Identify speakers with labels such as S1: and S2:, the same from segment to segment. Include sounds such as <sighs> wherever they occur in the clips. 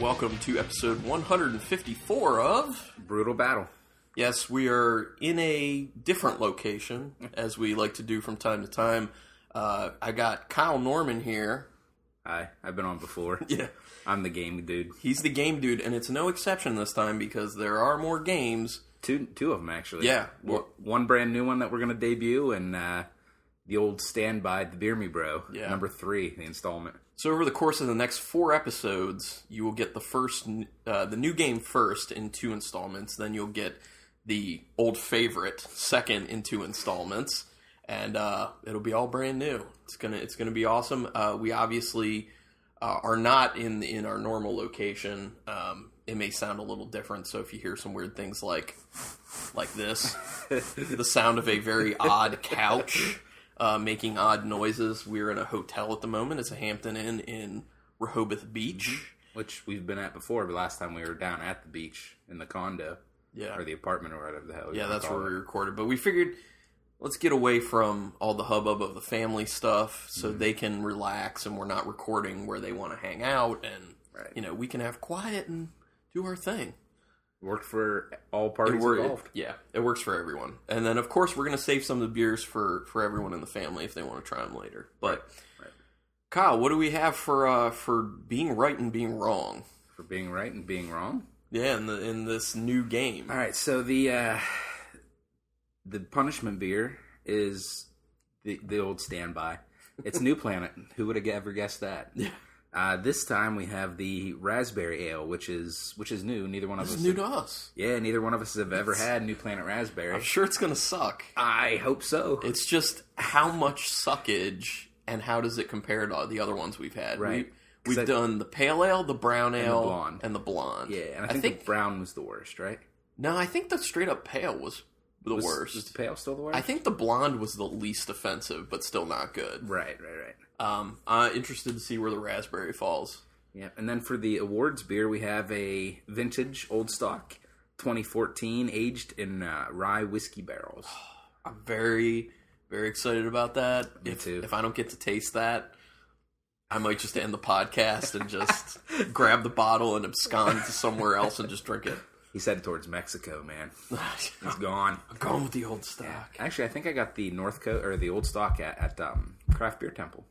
S1: welcome to episode 154 of.
S2: Brutal battle.
S1: Yes, we are in a different location, as we like to do from time to time. Uh, I got Kyle Norman here.
S2: Hi, I've been on before.
S1: <laughs> Yeah.
S2: I'm the game dude.
S1: He's the game dude, and it's no exception this time because there are more games.
S2: Two, two of them actually.
S1: Yeah.
S2: W- one brand new one that we're gonna debut, and uh, the old standby, the Beer Me Bro.
S1: Yeah.
S2: Number three, the installment.
S1: So over the course of the next four episodes, you will get the first, n- uh, the new game first in two installments. Then you'll get the old favorite second in two installments, and uh, it'll be all brand new. It's gonna, it's gonna be awesome. Uh, we obviously uh, are not in in our normal location. Um, it may sound a little different, so if you hear some weird things like like this, the sound of a very odd couch uh, making odd noises. We're in a hotel at the moment. It's a Hampton Inn in Rehoboth Beach.
S2: Which we've been at before, but last time we were down at the beach in the condo
S1: Yeah,
S2: or the apartment or whatever the hell. you
S1: yeah,
S2: wanna
S1: that's
S2: call
S1: where we
S2: it.
S1: recorded. But we figured let's get away from all the hubbub of the family stuff, so
S2: Mm-hmm.
S1: they can relax, and we're not recording where they want to hang out, and
S2: Right.
S1: you know we can have quiet and do our thing.
S2: worked for all parties
S1: We're- it-
S2: involved.
S1: yeah, it works for everyone. And then, of course, we're going to save some of the beers for for everyone in the family if they want to try them later. But
S2: Right.
S1: Kyle, what do we have for uh, for being right and being wrong?
S2: For being right and being wrong.
S1: Yeah, in the in this new game.
S2: All right, so the uh, the punishment beer is the the old standby.
S1: <laughs>
S2: It's New Planet. Who would have ever guessed that?
S1: Yeah.
S2: Uh, this time we have the raspberry ale, which is which is new. Neither one of
S1: This
S2: us,
S1: is new to us.
S2: yeah, neither one of us have ever had New Planet
S1: I'm
S2: raspberry.
S1: sure it's going to suck.
S2: I hope so.
S1: It's just how much suckage and how does it compare to the other ones we've had?
S2: Right.
S1: We, we've
S2: I-
S1: done the pale ale, the brown ale,
S2: blonde.
S1: and the blonde.
S2: yeah, and I think, the brown was the worst, right?
S1: no, I think the straight up pale was the
S2: Was-
S1: worst.
S2: Was the pale still the worst?
S1: I think the blonde was the least offensive, but still not good.
S2: right, right, right.
S1: Um, I'm interested to see where the raspberry falls.
S2: Yeah, and then for the awards beer, we have a vintage old stock, 2014, aged in uh, rye whiskey barrels.
S1: I'm very, very excited about that.
S2: Me
S1: if,
S2: too.
S1: If I don't get to taste that, I might just end the podcast and just <laughs> grab the bottle and abscond to somewhere else and just drink
S2: <laughs>
S1: it. <laughs>
S2: He's headed towards Mexico, man. He's
S1: I'm
S2: gone.
S1: going with the old stock.
S2: Actually, I think I got the North Coast or the old stock at, at um, Craft Beer Temple.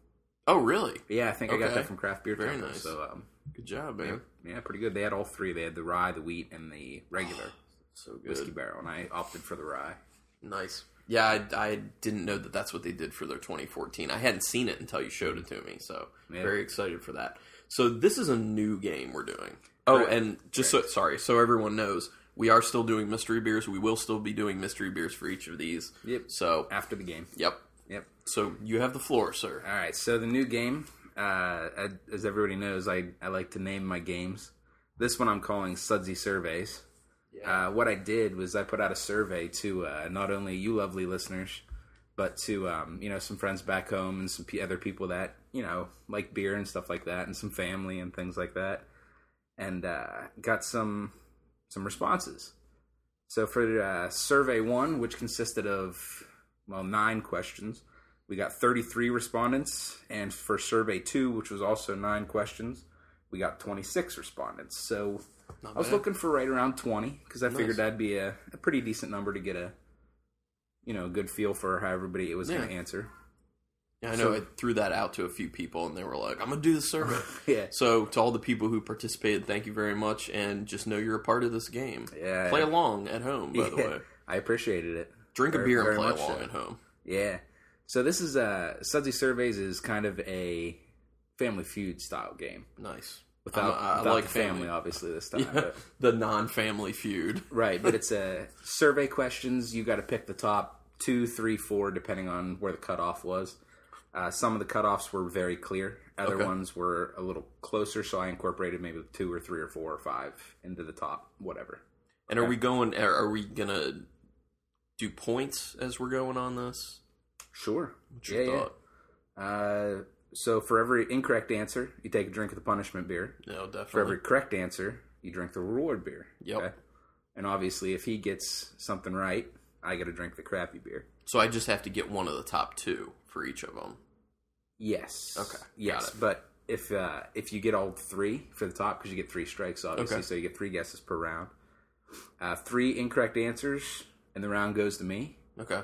S1: Oh, really?
S2: Yeah, I think I
S1: Okay.
S2: got that from Craft Beer
S1: Very
S2: Temple.
S1: nice.
S2: So, um,
S1: Good job, man.
S2: yeah, pretty good. They had all three. They had the rye, the wheat, and the regular
S1: So <sighs> good.
S2: whiskey barrel, and I opted for the rye.
S1: Nice. Yeah, I, I didn't know that that's what they did for their 2014. I hadn't seen it until you showed it to me, so
S2: Yeah.
S1: very excited for that. So this is a new game we're doing. Oh,
S2: Correct.
S1: and just so sorry, so everyone knows, we are still doing mystery beers. We will still be doing mystery beers for each of these.
S2: Yep.
S1: So,
S2: After the game.
S1: yep.
S2: Yep.
S1: So you have the floor, sir.
S2: All right, so the new game, uh, I- as everybody knows, I, I like to name my games. This one I'm calling Sudsy Surveys. Uh, what I did was I put out a survey to uh, not only you lovely listeners, but to um, you know some friends back home and some p- other people that you know like beer and stuff like that, and some family and things like that, and uh, got some some responses. So for uh, survey one, which consisted of well nine questions, we got 33 respondents, and for survey two, which was also nine questions, we got 26 respondents. So I was
S1: bad.
S2: looking for right around 20 because I
S1: Nice.
S2: figured that'd be a, a pretty decent number to get a you know a good feel for how everybody it was going to
S1: Yeah.
S2: answer. <laughs>
S1: Yeah, I know.
S2: so-
S1: I threw that out to a few people, and they were like, "I'm gonna do the
S2: <laughs>
S1: survey."
S2: Yeah.
S1: So to all the people who participated, thank you very much, and just know you're a part of this game.
S2: Yeah.
S1: Play along at home, by the
S2: Yeah,
S1: way.
S2: <laughs> I appreciated it.
S1: Drink a
S2: Very-
S1: beer and
S2: very
S1: play
S2: much
S1: along
S2: so.
S1: at home.
S2: Yeah. So this is uh Sudsy Surveys is kind of a family feud style game.
S1: Nice.
S2: Without,
S1: I'm- I
S2: without
S1: like
S2: the family,
S1: family. <laughs>
S2: obviously this time. But,
S1: the non-family feud.
S2: right, but it's a survey questions. You got to pick the top two, three, four, depending on where the cutoff was. Uh, some of the cutoffs were very clear. Other
S1: Okay.
S2: ones were a little closer, so I incorporated maybe two or three or four or five into the top, whatever.
S1: And are we going? Are are we gonna do points as we're going on this?
S2: Sure.
S1: What's your thought?
S2: Uh, so for every incorrect answer, you take a drink of the punishment beer.
S1: No,
S2: For
S1: definitely.
S2: every correct answer, you drink the reward beer.
S1: Yep.
S2: And obviously, if he gets something right, I got to drink the crappy beer.
S1: So I just have to get one of the top two for each of them.
S2: Yes.
S1: Okay, got
S2: Yes,
S1: it.
S2: but if uh, if you get all three for the top because you get three strikes obviously,
S1: Okay.
S2: so you get three guesses per round. Uh, three incorrect answers and the round goes to me.
S1: Okay.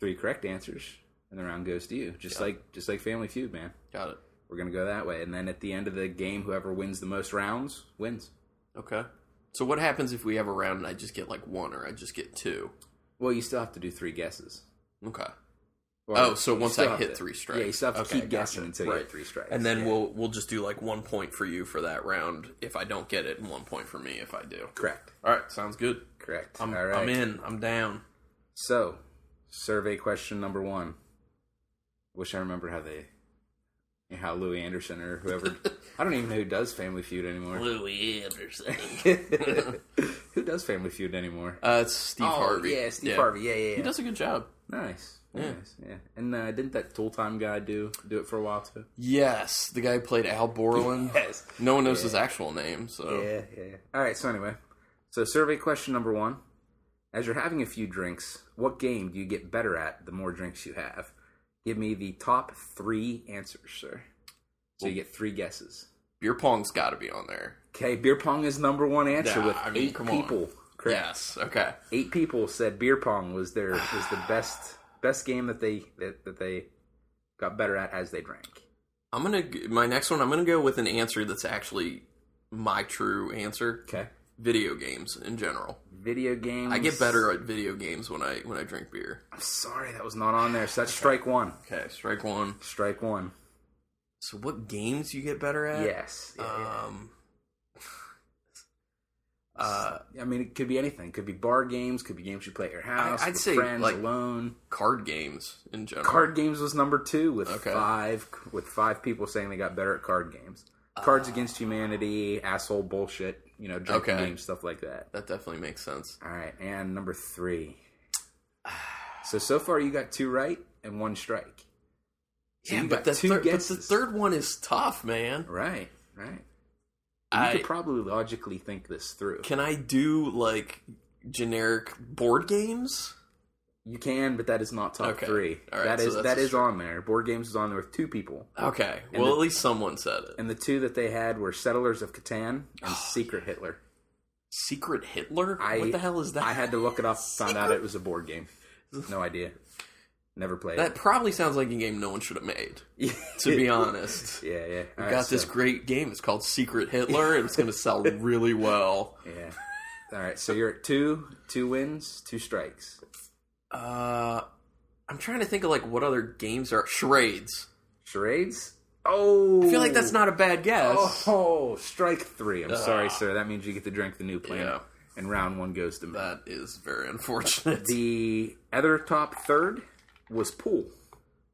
S2: Three correct answers and the round goes to you. Just like just like Family Feud, man.
S1: Got it.
S2: We're gonna go that way, and then at the end of the game, whoever wins the most rounds wins.
S1: Okay. So what happens if we have a round and I just get like one or I just get two?
S2: Well, you still have to do three guesses.
S1: Okay.
S2: Or
S1: Oh, so
S2: you
S1: once
S2: still
S1: I
S2: have
S1: hit
S2: to-
S1: three
S2: yeah, you
S1: strikes.
S2: still have to
S1: Okay, gotcha.
S2: keep guessing until you
S1: Right.
S2: get three strikes,
S1: And then
S2: Yeah.
S1: we'll we'll just do like one point for you for that round if I don't get it, and one point for me if I do.
S2: correct,
S1: All right, sounds good.
S2: correct.
S1: I'm
S2: All right.
S1: I'm in. I'm down.
S2: So, survey question number one. Wish I remembered how they, how Louis Anderson
S1: <laughs>
S2: or whoever. I don't even know who does Family Feud anymore.
S1: Louis Anderson.
S2: <laughs> who does Family Feud anymore?
S1: Uh, it's Steve
S2: oh,
S1: Harvey.
S2: Yeah, Steve Harvey. Yeah, yeah.
S1: He
S2: yeah.
S1: does a good job.
S2: Nice. Nice. Yeah. And uh, didn't that Tool Time guy do do it for a while too?
S1: Yes, the guy who played Al <laughs> Borland.
S2: Yes.
S1: No one knows his actual name, so
S2: Yeah, yeah, yeah. All right. So anyway, so survey question number one: As you're having a few drinks, what game do you get better at the more drinks you have? Give me the top three answers, sir. So you get three guesses.
S1: beer pong's got to be on there.
S2: Okay, beer pong is number one answer
S1: Yeah,
S2: with
S1: I mean,
S2: eight
S1: come on.
S2: people. Correct.
S1: Yes. Okay.
S2: Eight people said beer pong was their was
S1: <sighs>
S2: the best best game that they that, that they got better at as they drank.
S1: I'm gonna g- my next one. I'm gonna go with an answer that's actually my true answer.
S2: Okay.
S1: Video games in general.
S2: Video games.
S1: I get better at video games when I when I drink beer.
S2: I'm sorry, that was not on there. So that's strike one.
S1: Okay, strike one.
S2: Strike one.
S1: So what games you get better at?
S2: Yes. Yeah, yeah.
S1: Um. Uh,
S2: I mean, it could be anything. Could be bar games. Could be games you play at your house.
S1: I- I'd
S2: with
S1: say,
S2: friends
S1: like-
S2: alone.
S1: card games in general.
S2: Card games was number two with
S1: Okay.
S2: five with five people saying they got better at card games. Cards Against Humanity, asshole bullshit. You know, drinking
S1: Uh, Okay.
S2: games, stuff like that.
S1: That definitely makes sense.
S2: All right, and number three. So so far you got two right and one strike. So
S1: yeah,
S2: you
S1: but the,
S2: got two
S1: third, but the
S2: guesses.
S1: third one is tough, man.
S2: Right, right. You
S1: I,
S2: could probably logically think this through.
S1: can I do like generic board games?
S2: You can, but that is not top
S1: Okay.
S2: three.
S1: All right,
S2: That
S1: so
S2: is
S1: that's
S2: that
S1: a
S2: is
S1: str-
S2: on there. Board games is on there with two people.
S1: Okay. well,
S2: the-
S1: at least someone said it.
S2: And the two that they had were Settlers of Catan
S1: <sighs>
S2: and Secret Hitler.
S1: Secret Hitler?
S2: I,
S1: what the hell is that?
S2: I had to look it up, found out it was a
S1: <laughs>
S2: board game. No idea. Never played
S1: that probably sounds like a game no one should have made.
S2: it. <laughs>
S1: To be honest,
S2: Yeah, yeah. All right,
S1: got this
S2: so-
S1: great game. It's called
S2: <laughs>
S1: Secret Hitler, and it's going to sell really well.
S2: Yeah. All right, so you're at two, two wins, two strikes.
S1: Uh, I'm trying to think of like what other games are charades.
S2: Charades? Oh,
S1: I feel like that's not a bad guess.
S2: Oh, strike three. I'm sorry, sir. That means you get to drink the new plan.
S1: Yeah.
S2: And round one goes to me.
S1: That is very unfortunate.
S2: The other top third was pool.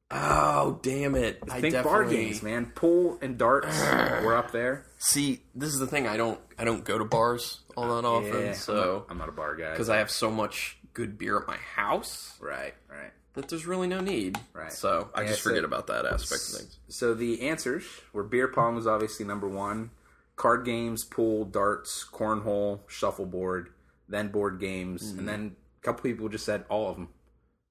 S1: Oh damn it! I
S2: Think bar
S1: definitely-
S2: games, man. Pool and
S1: <sighs>
S2: darts were up there.
S1: See, this is the thing. I don't. I don't go to bars all that often,
S2: Yeah, I'm, not,
S1: so
S2: I'm not a bar guy.
S1: because I have so much good beer at my house
S2: right, right.
S1: that there's really no need.
S2: Right.
S1: So I
S2: Yeah,
S1: just
S2: so-
S1: forget about that aspect of things.
S2: So the answers were beer pong was obviously number one, card games, pool, darts, cornhole, shuffleboard, then board games,
S1: Mm.
S2: and then a couple people just said all of them.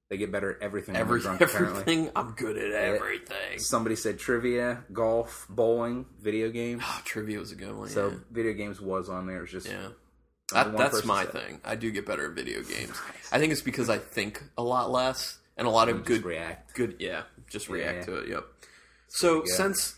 S2: They get better at everything. when they're
S1: Every,
S2: drunk,
S1: <laughs>
S2: apparently.
S1: everything. I'm good at everything.
S2: Somebody said trivia, golf, bowling, video
S1: <sighs>
S2: games.
S1: Ah, trivia was a good one.
S2: So
S1: yeah.
S2: video games was on there. It was just
S1: Yeah.
S2: Number
S1: That,
S2: one
S1: that's
S2: person
S1: my
S2: said. Oh,
S1: thing. I do get better at video games. I think it's because I think a lot less and a lot of
S2: just
S1: good
S2: react.
S1: good yeah, just react
S2: yeah.
S1: to it. Yep. So since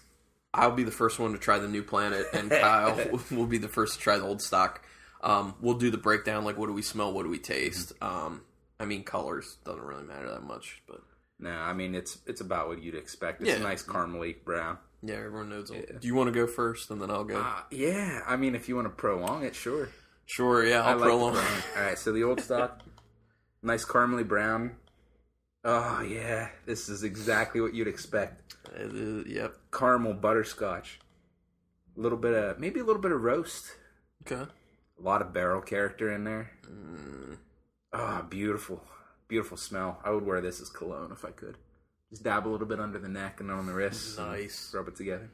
S1: I'll be the first one to try the new planet
S2: <laughs>
S1: and Kyle <laughs> will be the first to try the old stock, um, we'll do the breakdown like what do we smell, what do we taste?
S2: Mm-hmm.
S1: Um, I mean colors doesn't really matter that much, but
S2: No, I mean it's it's about what you'd expect. It's
S1: Yeah.
S2: a nice caramely brown.
S1: yeah, everyone knows. Do you want to go first and then I'll go?
S2: Uh, yeah, I mean if you want to prolong it, sure.
S1: sure, yeah, I'll
S2: I like the
S1: prolong.
S2: brown. All right, so the
S1: <laughs>
S2: old stock, nice caramely brown. Oh yeah, this is exactly what you'd expect.
S1: It is- yep.
S2: Caramel butterscotch, a little bit of maybe a little bit of roast,
S1: Okay.
S2: a lot of barrel character in there.
S1: Mm.
S2: Ah, beautiful, beautiful smell. I would wear this as cologne if I could. Just dab a little bit under the neck and on the wrists. and
S1: Nice.
S2: Rub it together.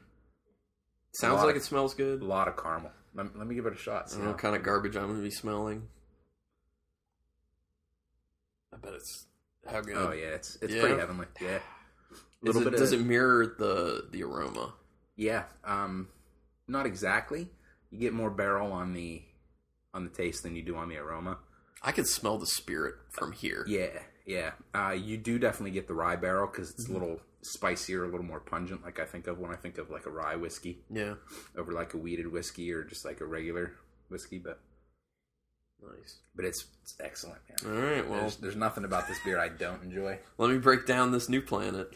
S1: Sounds
S2: lot
S1: like Mm.
S2: of-
S1: it smells good.
S2: A lot of caramel. Let, let me give it a shot.
S1: I
S2: see
S1: don't know
S2: how-
S1: what kind of garbage I'm gonna be smelling. I bet it's how good.
S2: Oh yeah, it's it's
S1: Yeah.
S2: pretty heavenly. Yeah.
S1: Is
S2: Little
S1: it-
S2: bit
S1: does
S2: of-
S1: it mirror the the aroma?
S2: Yeah, um, not exactly. You get more barrel on the on the taste than you do on the aroma.
S1: I can smell the spirit from here.
S2: Yeah, yeah. Uh, you do definitely get the rye barrel because it's
S1: Mm-hmm.
S2: a little spicier, a little more pungent. Like I think of when I think of like a rye whiskey
S1: Yeah.
S2: over like a weeded whiskey or just like a regular whiskey, but
S1: Nice.
S2: but it's, it's excellent. Man.
S1: All right. Well,
S2: There's, there's nothing about this beer I don't enjoy.
S1: let me break down this new planet.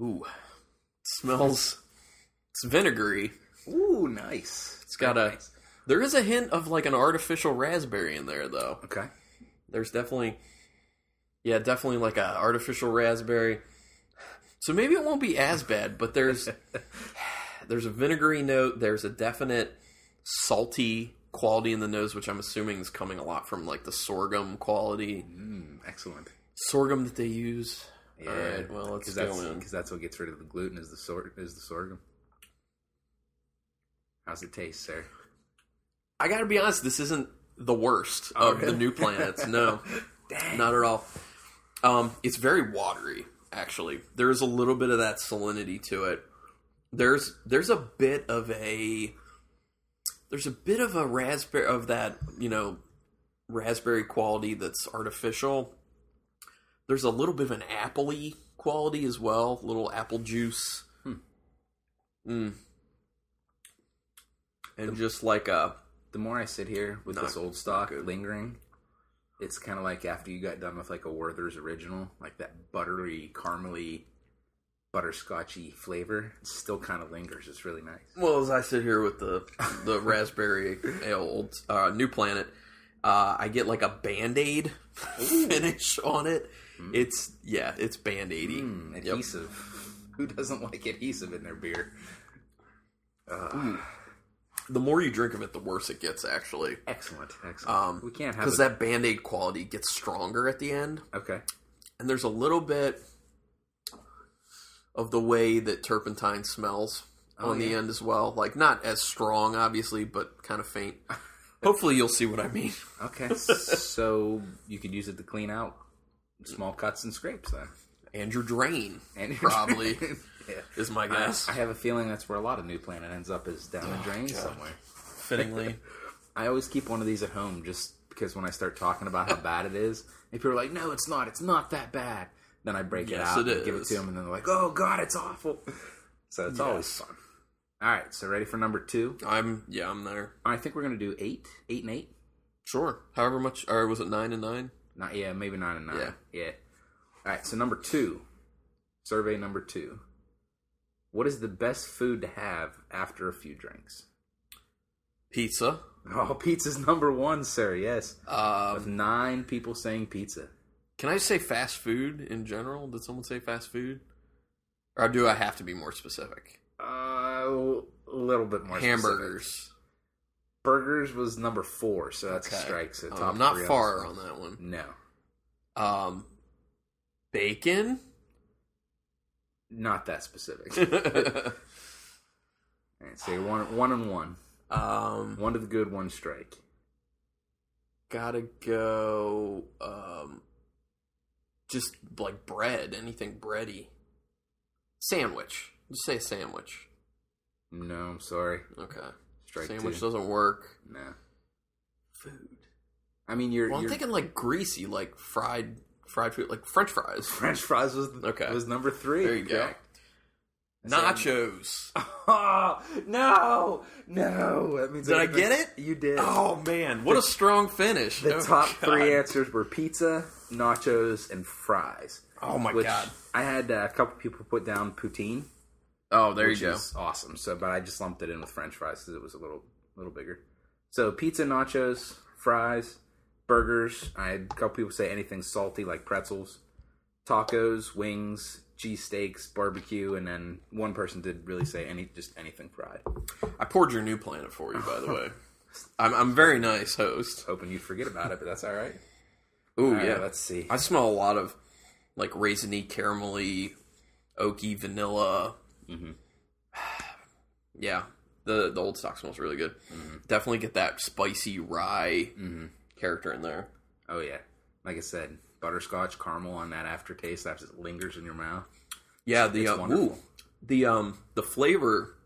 S1: Ooh, smells. It's vinegary.
S2: Ooh, nice.
S1: It's got a. There is a hint of like an artificial raspberry in there, though.
S2: Okay.
S1: There's definitely, yeah, definitely like a artificial raspberry. So maybe it won't be as bad, but
S2: <laughs>
S1: there's there's a vinegary note. There's a definite salty quality in the nose, which I'm assuming is coming a lot from like the sorghum quality,
S2: Mm, excellent.
S1: sorghum that they use.
S2: Yeah.
S1: All right, well let's
S2: Because
S1: go
S2: that's,
S1: in.
S2: 'cause that's what gets rid of the gluten is the sor- is the sorghum. How's it taste, sir?
S1: I gotta be honest, this isn't the worst
S2: Oh,
S1: of the
S2: really?
S1: new planets. No,
S2: Dang.
S1: not at all. Um, it's very watery, actually. There's a little bit of that salinity to it. There's there's a bit of a there's a bit of a raspberry of that you know raspberry quality that's artificial. There's a little bit of an appley quality as well, little apple juice. Mm. And just like a
S2: The more I sit here with
S1: Not-
S2: this old stock lingering, it's kind of like after you got done with like a Werther's original, like that buttery, caramely, butterscotchy flavor. It still kind of lingers. It's really nice.
S1: Well, as I sit here with the
S2: <laughs>
S1: the raspberry ale old uh, new planet, uh, I get like a band <laughs> aid finish on it. It's yeah, it's band aidy.
S2: Mm, adhesive. <laughs> Who doesn't like adhesive in their beer?
S1: The more you drink of it, the worse it gets actually,
S2: Excellent, excellent. we can't have
S1: because
S2: it-
S1: Um, that band aid quality gets stronger at the end,
S2: Okay.
S1: and there's a little bit of the way that turpentine smells on the
S2: Oh, yeah.
S1: end as well. Like not as strong, obviously, but kind of
S2: <laughs>
S1: faint. Hopefully, you'll see what I mean. <laughs>
S2: Okay. so you could use it to clean out small cuts and scrapes, then.
S1: And your drain,
S2: And <laughs>
S1: probably.
S2: yeah.
S1: is my guess.
S2: I have a feeling that's where a lot of New Planet ends up is down
S1: Oh,
S2: the drain somewhere.
S1: Fittingly,
S2: I always keep one of these at home just because when I start talking
S1: <laughs>
S2: about how bad it is, and people are like, "No, it's not. It's not that bad." Then I break
S1: Yes,
S2: it out
S1: it
S2: and give it
S1: is.
S2: to them, and then they're like, "Oh God, it's awful." <laughs> So it's always
S1: Yes.
S2: fun. All right, so ready for number two?
S1: I'm yeah, I'm there.
S2: I think we're gonna do eight, eight and eight.
S1: Sure. However much, or was it nine and nine?
S2: Not yeah, maybe nine and nine.
S1: Yeah.
S2: yeah. All right, so number two, survey number two. What is the best food to have after a few drinks? <laughs>
S1: Pizza.
S2: Oh, pizza's number one, sir. Yes,
S1: Um,
S2: of nine people saying pizza.
S1: can I just say fast food in general? Did someone say fast food? Or do I have to be more specific?
S2: Uh, a little bit more. specific.
S1: Hamburgers.
S2: Burgers was number four, so that's a
S1: Okay.
S2: strike. So
S1: Um,
S2: top
S1: I'm not
S2: three
S1: far
S2: on
S1: on that
S2: this
S1: one.
S2: one. No,
S1: Um, bacon. <laughs>
S2: not that specific. All right, so you're one, one and one.
S1: um,
S2: One to the good, one strike.
S1: gotta go. Um, just like bread, anything bready. Sandwich. Just say sandwich.
S2: No, I'm sorry.
S1: Okay.
S2: Strike
S1: Sandwich
S2: two.
S1: doesn't work.
S2: No,
S1: Food.
S2: I mean you're.
S1: Well, I'm
S2: you're
S1: thinking like greasy, like fried, fried food, like French fries,
S2: French fries was
S1: Okay.
S2: was number three.
S1: There you go.
S2: correct.
S1: nachos.
S2: Oh, <laughs> no, no. That means
S1: Did I
S2: everything-
S1: get it?
S2: You did.
S1: Oh man, what a strong finish!
S2: The
S1: Oh,
S2: top
S1: God.
S2: three answers were pizza, nachos, and fries.
S1: Oh my
S2: which
S1: god!
S2: I had uh, a couple people put down poutine,
S1: Oh, there
S2: which
S1: you go.
S2: is awesome. So, but I just lumped it in with French fries because it was a little little bigger. So pizza, nachos, fries, burgers. I had a couple people say anything salty like pretzels, tacos, wings, cheesesteaks, barbecue, and then one person did really say any just anything fried.
S1: I poured your new planet for you,
S2: <laughs>
S1: by the way. I'm I'm a very nice host.
S2: Hoping you'd forget about it, but that's all right.
S1: Ooh
S2: All right,
S1: yeah,
S2: let's see.
S1: I smell a lot of like raisiny, caramelly, oaky, vanilla. <sighs> Yeah, the the old stock smells really good. Definitely get that spicy rye character in there.
S2: Oh yeah, like I said, butterscotch caramel on that aftertaste that just lingers in your mouth.
S1: Yeah, the uh, ooh,
S2: wonderful.
S1: The um the flavor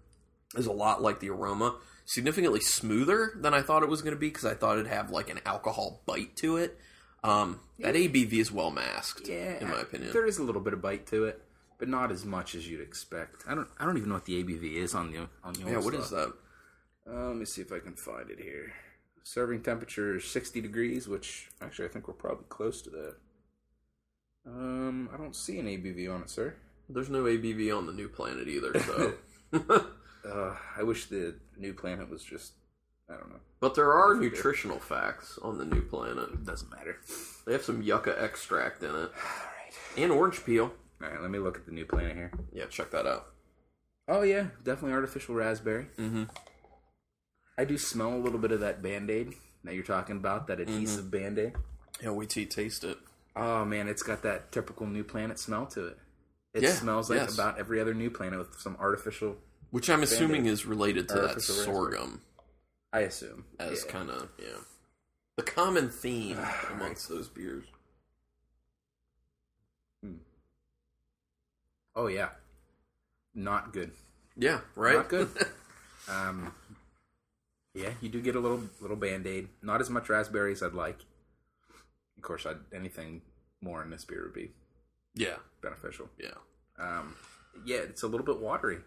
S1: is a lot like the aroma, significantly smoother than I thought it was going to be because I thought it'd have like an alcohol bite to it. Um, that ABV is well masked,
S2: Yeah,
S1: in my opinion.
S2: there is a little bit of bite to it, but not as much as you'd expect. I don't. I don't even know what the ABV is on the on the.
S1: yeah, what is that?
S2: Uh, let me see if I can find it here. Serving temperature is 60 degrees, which actually I think we're probably close to that. Um, I don't see an ABV on it, sir.
S1: There's no ABV on the new planet either,
S2: <laughs>
S1: so.
S2: Uh, I wish the new planet was just. I don't know.
S1: but there are nutritional facts on the new planet.
S2: Doesn't matter.
S1: They have some yucca extract
S2: <sighs>
S1: in it
S2: All right.
S1: and orange peel.
S2: All right. Let me look at the new planet here.
S1: Yeah, check that out.
S2: Oh yeah, definitely artificial raspberry. Mm-hmm. I do smell a little bit of that band aid that you're talking about, that adhesive
S1: Mm-hmm.
S2: band aid.
S1: Yeah, we t- taste it.
S2: Oh man, it's got that typical new planet smell to it. It
S1: Yeah,
S2: smells like
S1: yes.
S2: about every other new planet with some artificial.
S1: Which I'm assuming is related to that
S2: Artificial raspberry.
S1: sorghum
S2: I assume.
S1: as
S2: Yeah.
S1: kind of, yeah. The common
S2: <sighs>
S1: theme amongst those beers.
S2: Oh yeah, not good.
S1: Yeah, right? <laughs>
S2: Not good. um, yeah, you do get a little little band aid. Not as much raspberry as I'd like. Of course, I'd, anything more in this beer would be
S1: yeah,
S2: beneficial.
S1: yeah.
S2: Um, yeah, it's a little bit watery.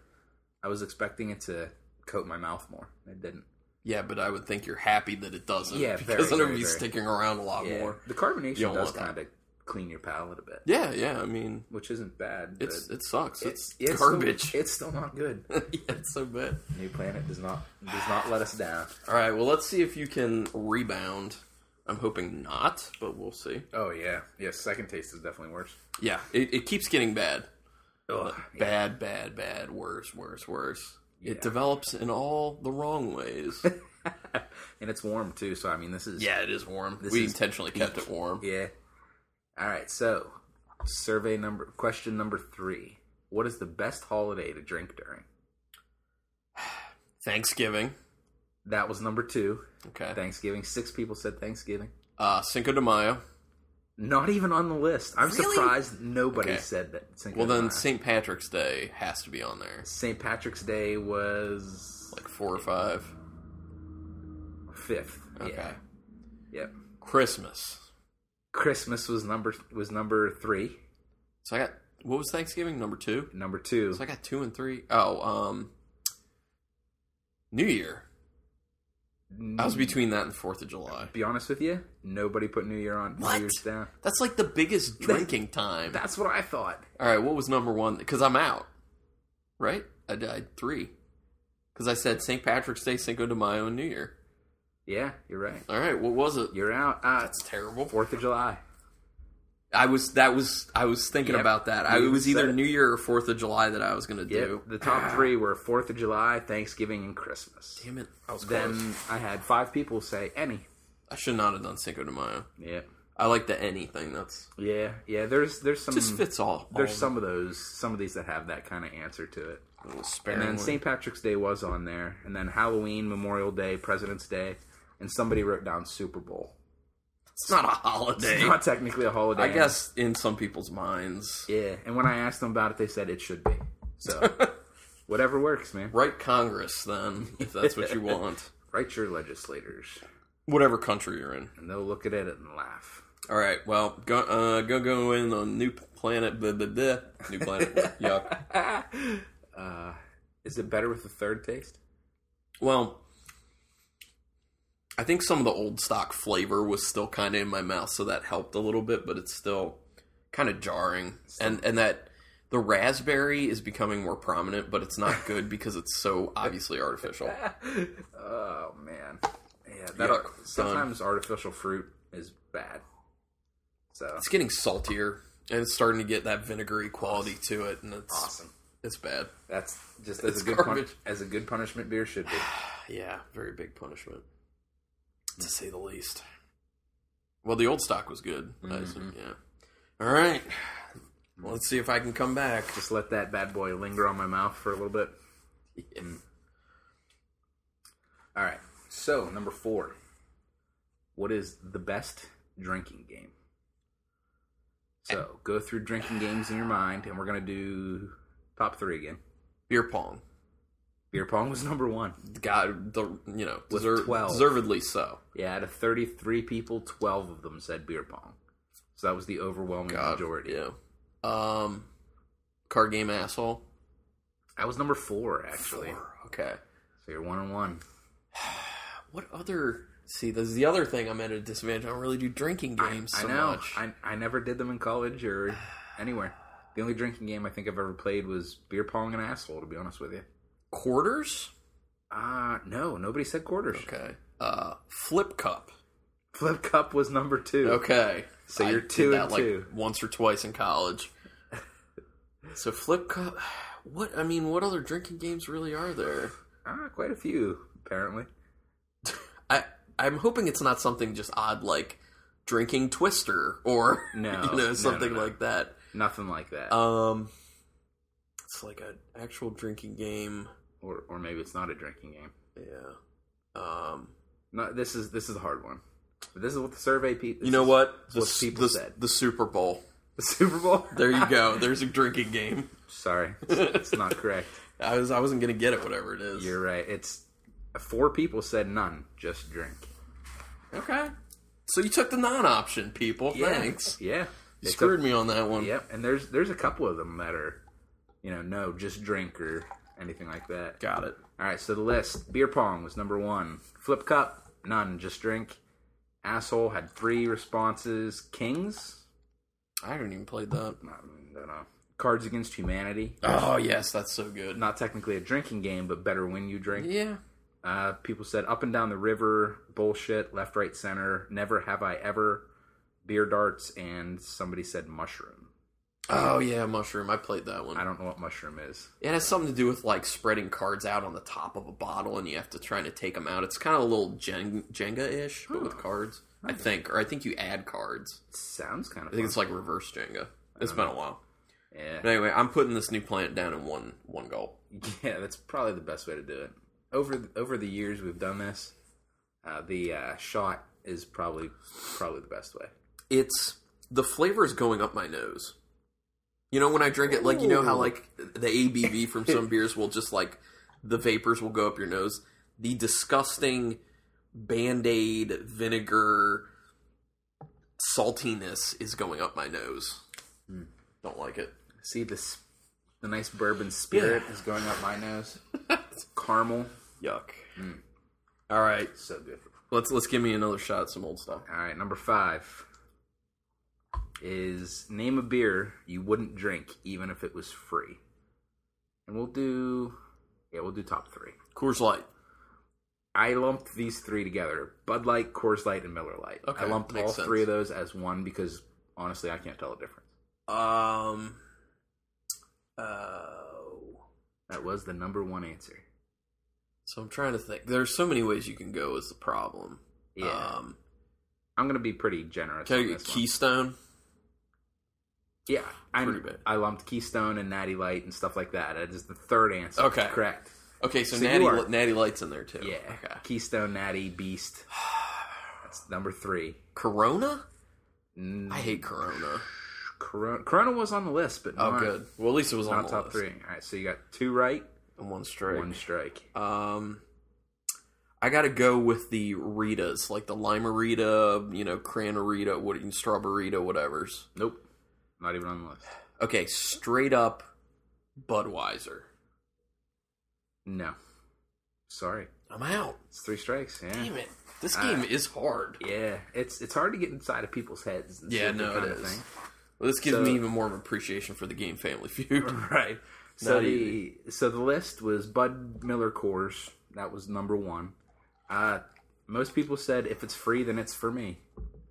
S2: I was expecting it to coat my mouth more. It didn't.
S1: Yeah, but I would think you're happy that it doesn't. <laughs>
S2: Yeah, very,
S1: because it'll
S2: very,
S1: be
S2: very.
S1: sticking around a lot
S2: Yeah,
S1: more.
S2: the
S1: You
S2: carbonation
S1: don't
S2: does
S1: want that.
S2: kind of clean your palate a bit,
S1: Yeah, yeah. I mean,
S2: which isn't bad. but
S1: it's it sucks. It's,
S2: it's still-
S1: garbage. <laughs>
S2: <laughs> it's still not good.
S1: yeah, it's so bad.
S2: New Planet does not does not let us down.
S1: All right. Well, let's see if you can rebound. I'm hoping not, but we'll see.
S2: Oh yeah, yeah. Second taste is definitely worse.
S1: Yeah, it, it keeps getting bad.
S2: Ugh,
S1: Bad, bad, bad. Worse, worse, worse.
S2: Yeah.
S1: It develops in all the wrong
S2: <laughs>
S1: ways.
S2: and it's warm too. So I mean, this is
S1: yeah, it is warm. we
S2: is
S1: intentionally kept it warm.
S2: yeah. All right, so survey number question number three: What is the best holiday to drink during?
S1: Thanksgiving.
S2: That was number two.
S1: Okay.
S2: Thanksgiving. Six people said Thanksgiving.
S1: Uh, Cinco de Mayo.
S2: Not even on the list. I'm
S1: Really?
S2: surprised nobody
S1: Okay.
S2: said that. Cinco
S1: Well,
S2: de Mayo.
S1: then St. Patrick's Day has to be on there.
S2: St. Patrick's Day was
S1: Like four or five.
S2: fifth.
S1: Okay.
S2: Yeah. Yep.
S1: Christmas.
S2: Christmas was number was number three.
S1: So I got what was Thanksgiving number two?
S2: Number two.
S1: So I got two and three. Oh, um, New Year. I was between that and Fourth of July.
S2: be honest with you, nobody put New Year on
S1: What?
S2: New Year's down.
S1: That's like the
S2: <laughs>
S1: biggest drinking time.
S2: That's what I thought.
S1: All right, what was number one? Because I'm out. Right? I died three. Because I said St. Patrick's Day, Cinco de Mayo, and New Year.
S2: Yeah, you're right.
S1: All right, what was it?
S2: You're out. Uh,
S1: That's terrible.
S2: Fourth of July.
S1: I was that was I was thinking
S2: Yep.
S1: about that. I,
S2: You
S1: it was either
S2: said it.
S1: New Year or Fourth of July that I was going to
S2: Yep.
S1: do.
S2: The top
S1: <sighs>
S2: three were Fourth of July, Thanksgiving, and Christmas.
S1: Damn it! I was close.
S2: Then I had five people say any.
S1: I should not have done Cinco de Mayo.
S2: Yeah.
S1: I like the anything. That's
S2: Yeah. Yeah. There's there's some
S1: just fits all. all
S2: Um, there's some of those some of these that have that kind of answer to it. And
S1: sparingly.
S2: then St. Patrick's Day was on there, and then Halloween, Memorial Day, President's Day, and somebody wrote down Super Bowl.
S1: it's not a holiday.
S2: It's not technically a holiday.
S1: I guess in some people's minds,
S2: Yeah, and when I asked them about it, they said it should be. So
S1: <laughs>
S2: whatever works, man.
S1: write Congress then if that's what you want.
S2: Write your legislators,
S1: <laughs> Whatever country you're in.
S2: and they'll look at it and laugh.
S1: All right. Well, go uh, go go in on New Planet. Blah, blah, blah. New Planet. <laughs> yuck.
S2: Is it better with the third taste?
S1: Well, I think some of the old stock flavor was still kind of in my mouth, so that helped a little bit, but it's still kind of jarring. And and that the raspberry is becoming more prominent, but it's not good because it's so obviously artificial.
S2: Oh man, yeah. That
S1: Yuck.
S2: sometimes artificial fruit is bad. So
S1: It's getting saltier and it's starting to get that vinegary quality to it, and it's
S2: awesome.
S1: it's bad.
S2: That's just as
S1: It's
S2: a good pun-
S1: garbage.
S2: as a good punishment beer should be.
S1: Yeah, very big punishment to say the least. Well, the old stock was good. I assume, yeah. All right. Well, let's see if I can come back.
S2: Just let that bad boy linger on my mouth for a little bit. Mm. All right. So number four, what is the best drinking game? So go through drinking games in your mind, and we're gonna do top three again.
S1: Beer pong.
S2: Beer pong was <laughs> number one.
S1: God, the you know
S2: With
S1: deser-
S2: 12.
S1: deservedly so.
S2: Yeah, out of 33 people, 12 of them said beer pong. So that was the overwhelming
S1: God,
S2: majority.
S1: Yeah. Um, card game asshole.
S2: I was number four, actually.
S1: Four, Okay.
S2: So you're one on one.
S1: What other? See, this is the other thing I'm at a disadvantage. I don't really do drinking games
S2: I
S1: so
S2: know.
S1: much.
S2: I, I never did them in college or anywhere. The only drinking game I think I've ever played was beer pong and asshole, to be honest with you.
S1: Quarters.
S2: Uh, no, nobody said quarters.
S1: Okay. Uh, flip cup.
S2: Flip cup was number two.
S1: Okay.
S2: So you're
S1: did
S2: two
S1: that,
S2: and
S1: like,
S2: two.
S1: once or twice in
S2: <laughs>
S1: college. so flip cup. What I mean, what other drinking games really are there?
S2: Ah, quite a few, apparently.
S1: I I'm hoping it's not something just odd like drinking Twister or <laughs>
S2: No,
S1: you
S2: no, no,
S1: know something
S2: no.
S1: like that.
S2: Nothing like that.
S1: Um, it's like an actual drinking game.
S2: or, or maybe it's not a drinking game.
S1: Yeah. Um,
S2: No, this is this is the hard one. But this is what the survey people.
S1: you know what?
S2: what people
S1: the,
S2: said.
S1: the Super Bowl.
S2: The <laughs> Super Bowl.
S1: There you go. There's a drinking game.
S2: <laughs> Sorry, it's, it's not correct.
S1: I was I wasn't gonna get it. Whatever it is.
S2: You're right. It's four people said none, just drink.
S1: Okay. So you took the non option, people. Thanks.
S2: Yeah.
S1: You
S2: It's
S1: screwed me on that one.
S2: A, yep. And there's there's a couple of them that are, you know, no, just drink or anything like that.
S1: Got it.
S2: All right. So the list: beer pong was number one. Flip cup, none, just drink. Asshole had three responses. Kings.
S1: I haven't even played that.
S2: I don't know. Cards Against Humanity.
S1: Oh yes, that's so good.
S2: Not technically a drinking game, but better when you drink.
S1: Yeah.
S2: Uh, people said up and down the river, bullshit, left, right, center, never have I ever, beer darts, and somebody said mushroom.
S1: Oh yeah, mushroom. I played that one.
S2: I don't know what mushroom is.
S1: It has something to do with like spreading cards out on the top of a bottle, and you have to try to take them out. It's kind of a little Jen- Jenga-ish, but
S2: Oh.
S1: with cards. I think, or I think you add cards.
S2: sounds kind of
S1: I think
S2: fun.
S1: it's like reverse Jenga. It's been a while. But
S2: Yeah.
S1: anyway, I'm putting this new plant down in one one gulp.
S2: <laughs> yeah, that's probably the best way to do it. Over the, over the years we've done this, uh, the uh, shot is probably probably the best way.
S1: it's the flavor is going up my nose. You know when I drink it, like you know how like the ABV from <laughs> some beers will just like the vapors will go up your nose. The disgusting band aid vinegar saltiness is going up my nose. Hmm. Don't like it.
S2: See this the nice bourbon spirit is going up my nose. Caramel,
S1: Yuck. All right,
S2: so good.
S1: let's let's give me another shot. At some old stuff.
S2: All right, number five is name a beer you wouldn't drink even if it was free, and we'll do yeah we'll do top three.
S1: Coors Light.
S2: I lumped these three together: Bud Light, Coors Light, and Miller Light.
S1: Okay,
S2: I lumped
S1: makes
S2: all
S1: sense.
S2: three of those as one because honestly, I can't tell the difference.
S1: Um. Oh.
S2: That was the number one answer.
S1: So I'm trying to think. There's so many ways you can go is the problem.
S2: Yeah,
S1: Um,
S2: I'm gonna be pretty generous.
S1: can I
S2: on
S1: get
S2: this one.
S1: Keystone?
S2: Yeah, I
S1: Pretty bad.
S2: I lumped Keystone and Natty Light and stuff like that. That is the third answer.
S1: Okay.
S2: correct.
S1: Okay, so,
S2: So you
S1: Natty
S2: are-
S1: Natty Light's in there too.
S2: Yeah,
S1: Okay.
S2: Keystone
S1: <sighs>
S2: Natty Beast. That's number three.
S1: Corona?
S2: Mm,
S1: I hate Corona.
S2: Corona. Corona was on the list, but
S1: Oh,
S2: not,
S1: good. Well, at least it was on
S2: not
S1: the
S2: top
S1: list.
S2: three. All right, so you got two right,
S1: And one straight.
S2: one strike.
S1: Um, I gotta go with the Ritas, like the Limerita, you know, Cranorita, what Strawberryta, whatever's.
S2: Nope, not even on the list.
S1: Okay, straight up Budweiser.
S2: No, sorry,
S1: I'm out.
S2: it's three strikes. Yeah,
S1: Damn it. This game is hard.
S2: yeah. It's it's hard to get inside of people's heads. and
S1: Yeah,
S2: see
S1: no,
S2: the
S1: it is. Well, this gives
S2: So-
S1: me even more of appreciation for the game Family
S2: <laughs>
S1: Feud.
S2: <laughs> Right. So
S1: Not
S2: the
S1: easy.
S2: so the list was Bud Miller Coors. That was number one. Uh, most people said if it's free, then it's for me.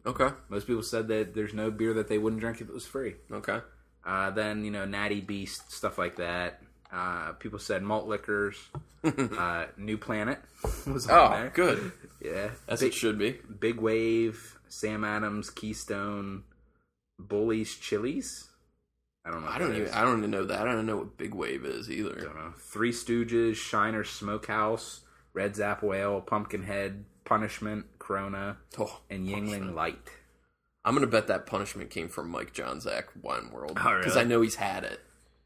S1: okay,
S2: Most people said that there's no beer that they wouldn't drink if it was free.
S1: okay.
S2: Uh, then you know Natty Beast stuff like that. Uh, people said malt
S1: <laughs>
S2: liquors. uh, New Planet <laughs> was on
S1: Oh,
S2: there.
S1: good.
S2: Yeah,
S1: As
S2: big,
S1: it should be.
S2: Big Wave, Sam Adams, Keystone, Bullies, Chili's. I don't know. what
S1: I don't
S2: that
S1: even.
S2: is.
S1: I don't even know that. I don't know what Big Wave is either.
S2: don't know. Three Stooges, Shiner Smokehouse, Red's Apple Ale, Pumpkinhead, Punishment, Corona,
S1: Oh,
S2: and Yingling Light.
S1: I'm gonna bet that punishment came from Mike Johnzak Wine World
S2: Oh,
S1: because
S2: really?
S1: I know he's had it.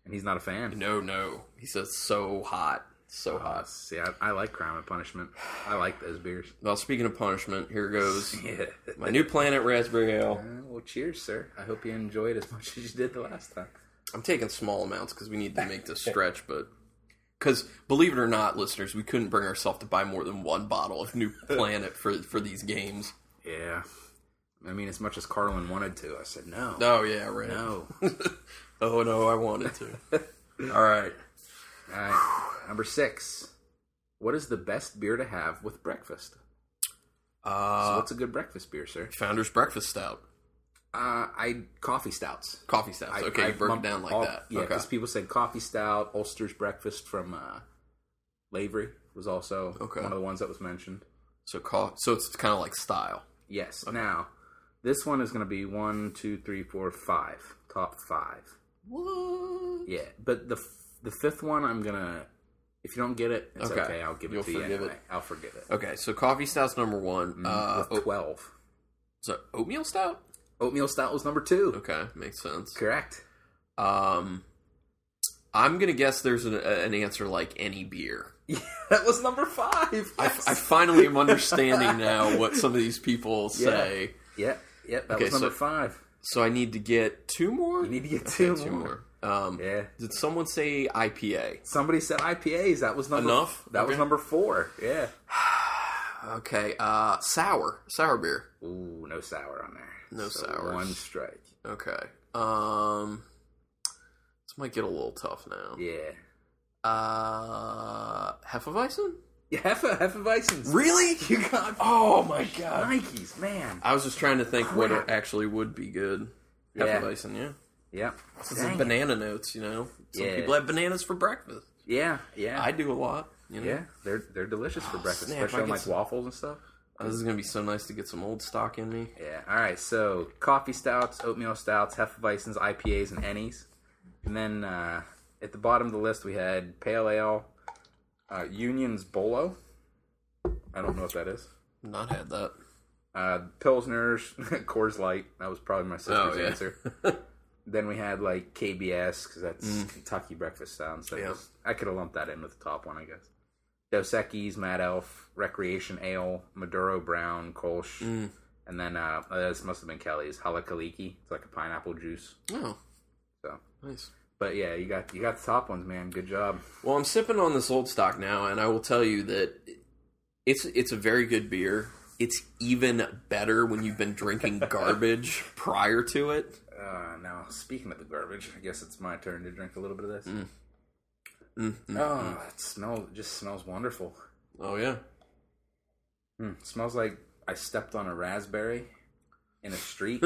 S2: and he's not a fan. Uh,
S1: No, no. He says so hot,
S2: Oh.
S1: so hot.
S2: See, I, I like Crime and Punishment. I like those beers. <laughs>
S1: Well, speaking of punishment, here goes
S2: Yeah.
S1: my new planet raspberry ale.
S2: Uh, well, cheers, sir. I hope you enjoyed as much as you did the last time.
S1: I'm taking small amounts because we need to make
S2: <laughs>
S1: this stretch, but because believe it or not, listeners, we couldn't bring ourselves to buy more than one bottle of
S2: <laughs>
S1: New Planet for for these games.
S2: Yeah. I mean, as much as Carlin wanted to, I said no.
S1: Oh yeah, right.
S2: No.
S1: Oh no, I wanted
S2: <laughs>
S1: to. All right,
S2: All right. Number six. What is the best beer to have with breakfast?
S1: uh,
S2: So what's a good breakfast beer, sir?
S1: Founder's Breakfast Stout,
S2: Uh, I coffee stouts.
S1: coffee stouts.
S2: I,
S1: okay,
S2: I
S1: you broke it
S2: lump
S1: down like
S2: all-
S1: that.
S2: Yeah,
S1: okay.
S2: because people said coffee stout, Ulster's breakfast from uh, Lavery was also
S1: Okay.
S2: one of the ones that was mentioned.
S1: So co- so it's kind of like style.
S2: Yes. Now, this one is going to be one, two, three, four, five. Top five.
S1: What?
S2: Yeah, but the f- the fifth one, I'm gonna. If you don't get it, it's
S1: Okay.
S2: okay. I'll give it
S1: You'll
S2: to you
S1: forgive
S2: anyway.
S1: it.
S2: I'll forgive it.
S1: Okay, so coffee stout's number one. Uh,
S2: Mm-hmm. With
S1: oh,
S2: twelve,
S1: so oatmeal stout.
S2: oatmeal stout was number two.
S1: Okay, makes sense.
S2: Correct. <laughs>
S1: Um, I'm gonna guess there's an, a- an answer like any beer.
S2: that was number five.
S1: I, I finally
S2: <laughs>
S1: am understanding now what some of these people say.
S2: Yep, yep. That
S1: Okay,
S2: was number
S1: so-
S2: five.
S1: So I need to get two more.
S2: You need to get
S1: Okay,
S2: two, more.
S1: Um,
S2: Yeah.
S1: Did someone say IPA?
S2: Somebody said IPAs. That was number
S1: Enough?
S2: That was
S1: Okay.
S2: number four. Yeah.
S1: Okay. Uh, sour, sour beer.
S2: Ooh, no sour on there.
S1: No sours.
S2: One strike.
S1: Okay. Um, this might get a little tough now.
S2: Yeah. <laughs>
S1: Uh, Hefeweizen.
S2: Yeah, Heffa, Hefeweizen's.
S1: Really?
S2: You got
S1: Oh my god.
S2: Nikes, man.
S1: I was just trying to think what
S2: Crap.
S1: actually would be good.
S2: Yeah.
S1: Hefeweizen, yeah.
S2: Yep.
S1: This is
S2: Dang it.
S1: banana notes, you know. Some
S2: Yeah.
S1: people have bananas for breakfast.
S2: Yeah, yeah.
S1: I do a lot. You know?
S2: Yeah, they're they're delicious for breakfast,
S1: snap, I
S2: especially on
S1: get
S2: like
S1: some-
S2: waffles and stuff.
S1: Oh, this is gonna be so nice to get some old stock in me.
S2: Yeah. All right. So coffee stouts, oatmeal stouts, hefeweizens, IPAs, and ennies. And then uh, at the bottom of the list, we had pale ale, uh, Union's Bolo. I don't know what that is.
S1: Not had that.
S2: Uh, Pilsner's <laughs> Coors Light. That was probably my sister's
S1: Oh, yeah.
S2: answer.
S1: <laughs>
S2: then we had like KBS because that's Kentucky Breakfast Sounds. So
S1: Mm. Yeah.
S2: just- I could have lumped that in with the top one, I guess. Dos Equis, Mad Elf, Recreation Ale, Maduro Brown, Kolsch,
S1: Mm.
S2: and then uh, this must have been Kelly's Halakaliki. It's like a pineapple juice.
S1: Oh,
S2: So,
S1: nice.
S2: but yeah, you got you got the top ones, man. Good job.
S1: Well, I'm sipping on this old stock now, and I will tell you that it's it's a very good beer. It's even better when you've been
S2: <laughs>
S1: drinking garbage prior to it.
S2: Uh, now, speaking of the garbage, I guess it's my turn to drink a little bit of this.
S1: Mm-hmm.
S2: oh, it smells it just smells wonderful.
S1: Oh yeah.
S2: Mm, smells like I stepped on a raspberry in
S1: <laughs>
S2: a street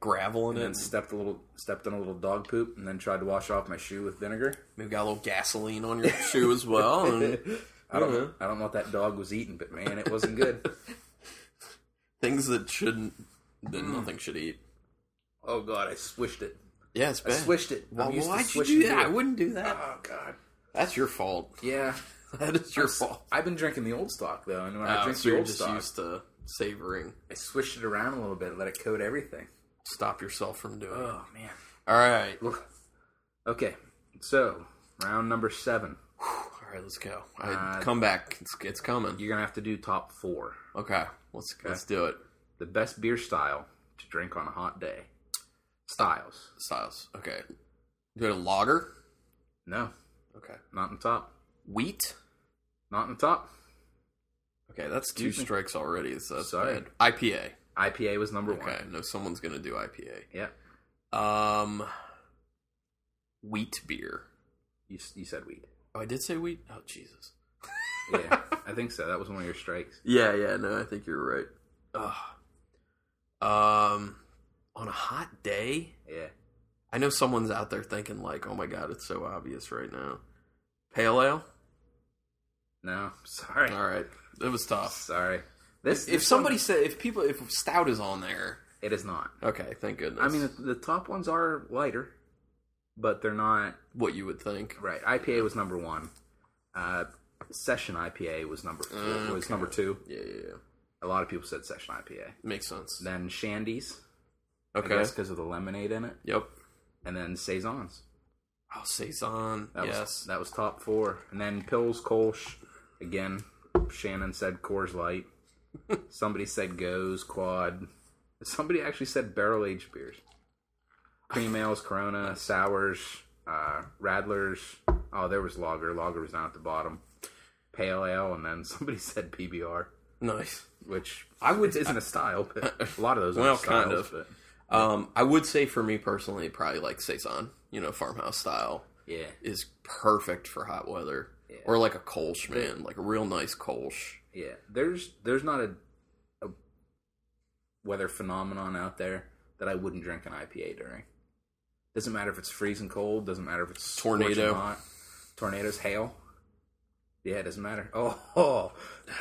S1: Gravel in it.
S2: and stepped a little stepped on a little dog poop and then tried to wash off my shoe with vinegar.
S1: Maybe got a little gasoline on your shoe as well.
S2: <laughs>
S1: and-
S2: I don't I don't know what that dog was eating, but man, it wasn't good.
S1: <laughs> things that shouldn't that
S2: Mm.
S1: nothing should eat.
S2: oh god, I swished it.
S1: Yeah, it's bad.
S2: swished it.
S1: Well,
S2: I'm used to
S1: why'd you
S2: swishing
S1: do that?
S2: beer.
S1: I wouldn't do that.
S2: Oh god.
S1: That's your fault. <laughs>
S2: Yeah.
S1: That is your fault.
S2: I've been drinking the old stock though, and when I
S1: Uh,
S2: drink
S1: so
S2: the
S1: you're
S2: old
S1: just
S2: stock,
S1: used to savoring.
S2: I swished it around a little bit, let it coat everything.
S1: Stop yourself from doing it.
S2: Oh man.
S1: All right. All
S2: Look. Okay. So, round number 7.
S1: right, let's go. I come back. It's, it's coming.
S2: You're going to have to do top 4.
S1: Okay, let's let's do it.
S2: The best beer style to drink on a hot day. Styles.
S1: Styles. Okay. Go to lager.
S2: No,
S1: Okay.
S2: not in top.
S1: Wheat.
S2: Not in top.
S1: Okay, that's two
S2: Excuse me.
S1: strikes already. So that's
S2: Sorry.
S1: bad. IPA.
S2: IPA was number
S1: Okay,
S2: one.
S1: no, someone's gonna do IPA.
S2: Yeah.
S1: Um, wheat beer.
S2: You, s- you said weed.
S1: Oh, I did say wheat. Oh, Jesus.
S2: Yeah, I think so. That was one of your strikes.
S1: Yeah, yeah, no, I think you're right. Ugh. Um, on a hot day,
S2: Yeah.
S1: I know someone's out there thinking like, "Oh my god, it's so obvious right now." Pale ale.
S2: No, <laughs> sorry.
S1: All right, it was tough.
S2: Sorry. This
S1: If
S2: this
S1: somebody
S2: one-
S1: said, if people, if stout is on there,
S2: it is not.
S1: okay, thank goodness.
S2: I mean, the, the top ones are lighter, but they're not
S1: what you would think.
S2: right. IPA was number one. Uh, session IPA was number four, was number two.
S1: Yeah, yeah, yeah.
S2: A lot of people said session IPA.
S1: makes sense.
S2: Then Shandy's, I
S1: Okay.
S2: guess because of the lemonade in it.
S1: Yep.
S2: and then saisons.
S1: Oh, saison.
S2: That
S1: yes.
S2: was that was top four, and then Pills Kolsch again. Shannon said Coors
S1: <laughs>
S2: Light. Somebody said Goes Quad. Somebody actually said barrel aged beers.
S1: <laughs>
S2: Cream ales, Corona, sours, uh, Radlers. Oh, there was Lager. Lager was down at the bottom. Pale ale, and then somebody <laughs> said PBR,
S1: nice.
S2: which I would isn't a style, but a lot of those are
S1: Well,
S2: styles.
S1: kind of.
S2: But
S1: Um, I would say for me personally, probably like saison. You know, farmhouse style
S2: yeah,
S1: is perfect for hot weather, or like a Kolsch, man, like a real nice Kolsch.
S2: Yeah, there's there's not a, a weather phenomenon out there that I wouldn't drink an IPA during. Doesn't matter if it's freezing cold. Doesn't matter if it's scorching
S1: Tornado.
S2: hot. Tornadoes, hail. Yeah, it doesn't matter. Oh, oh,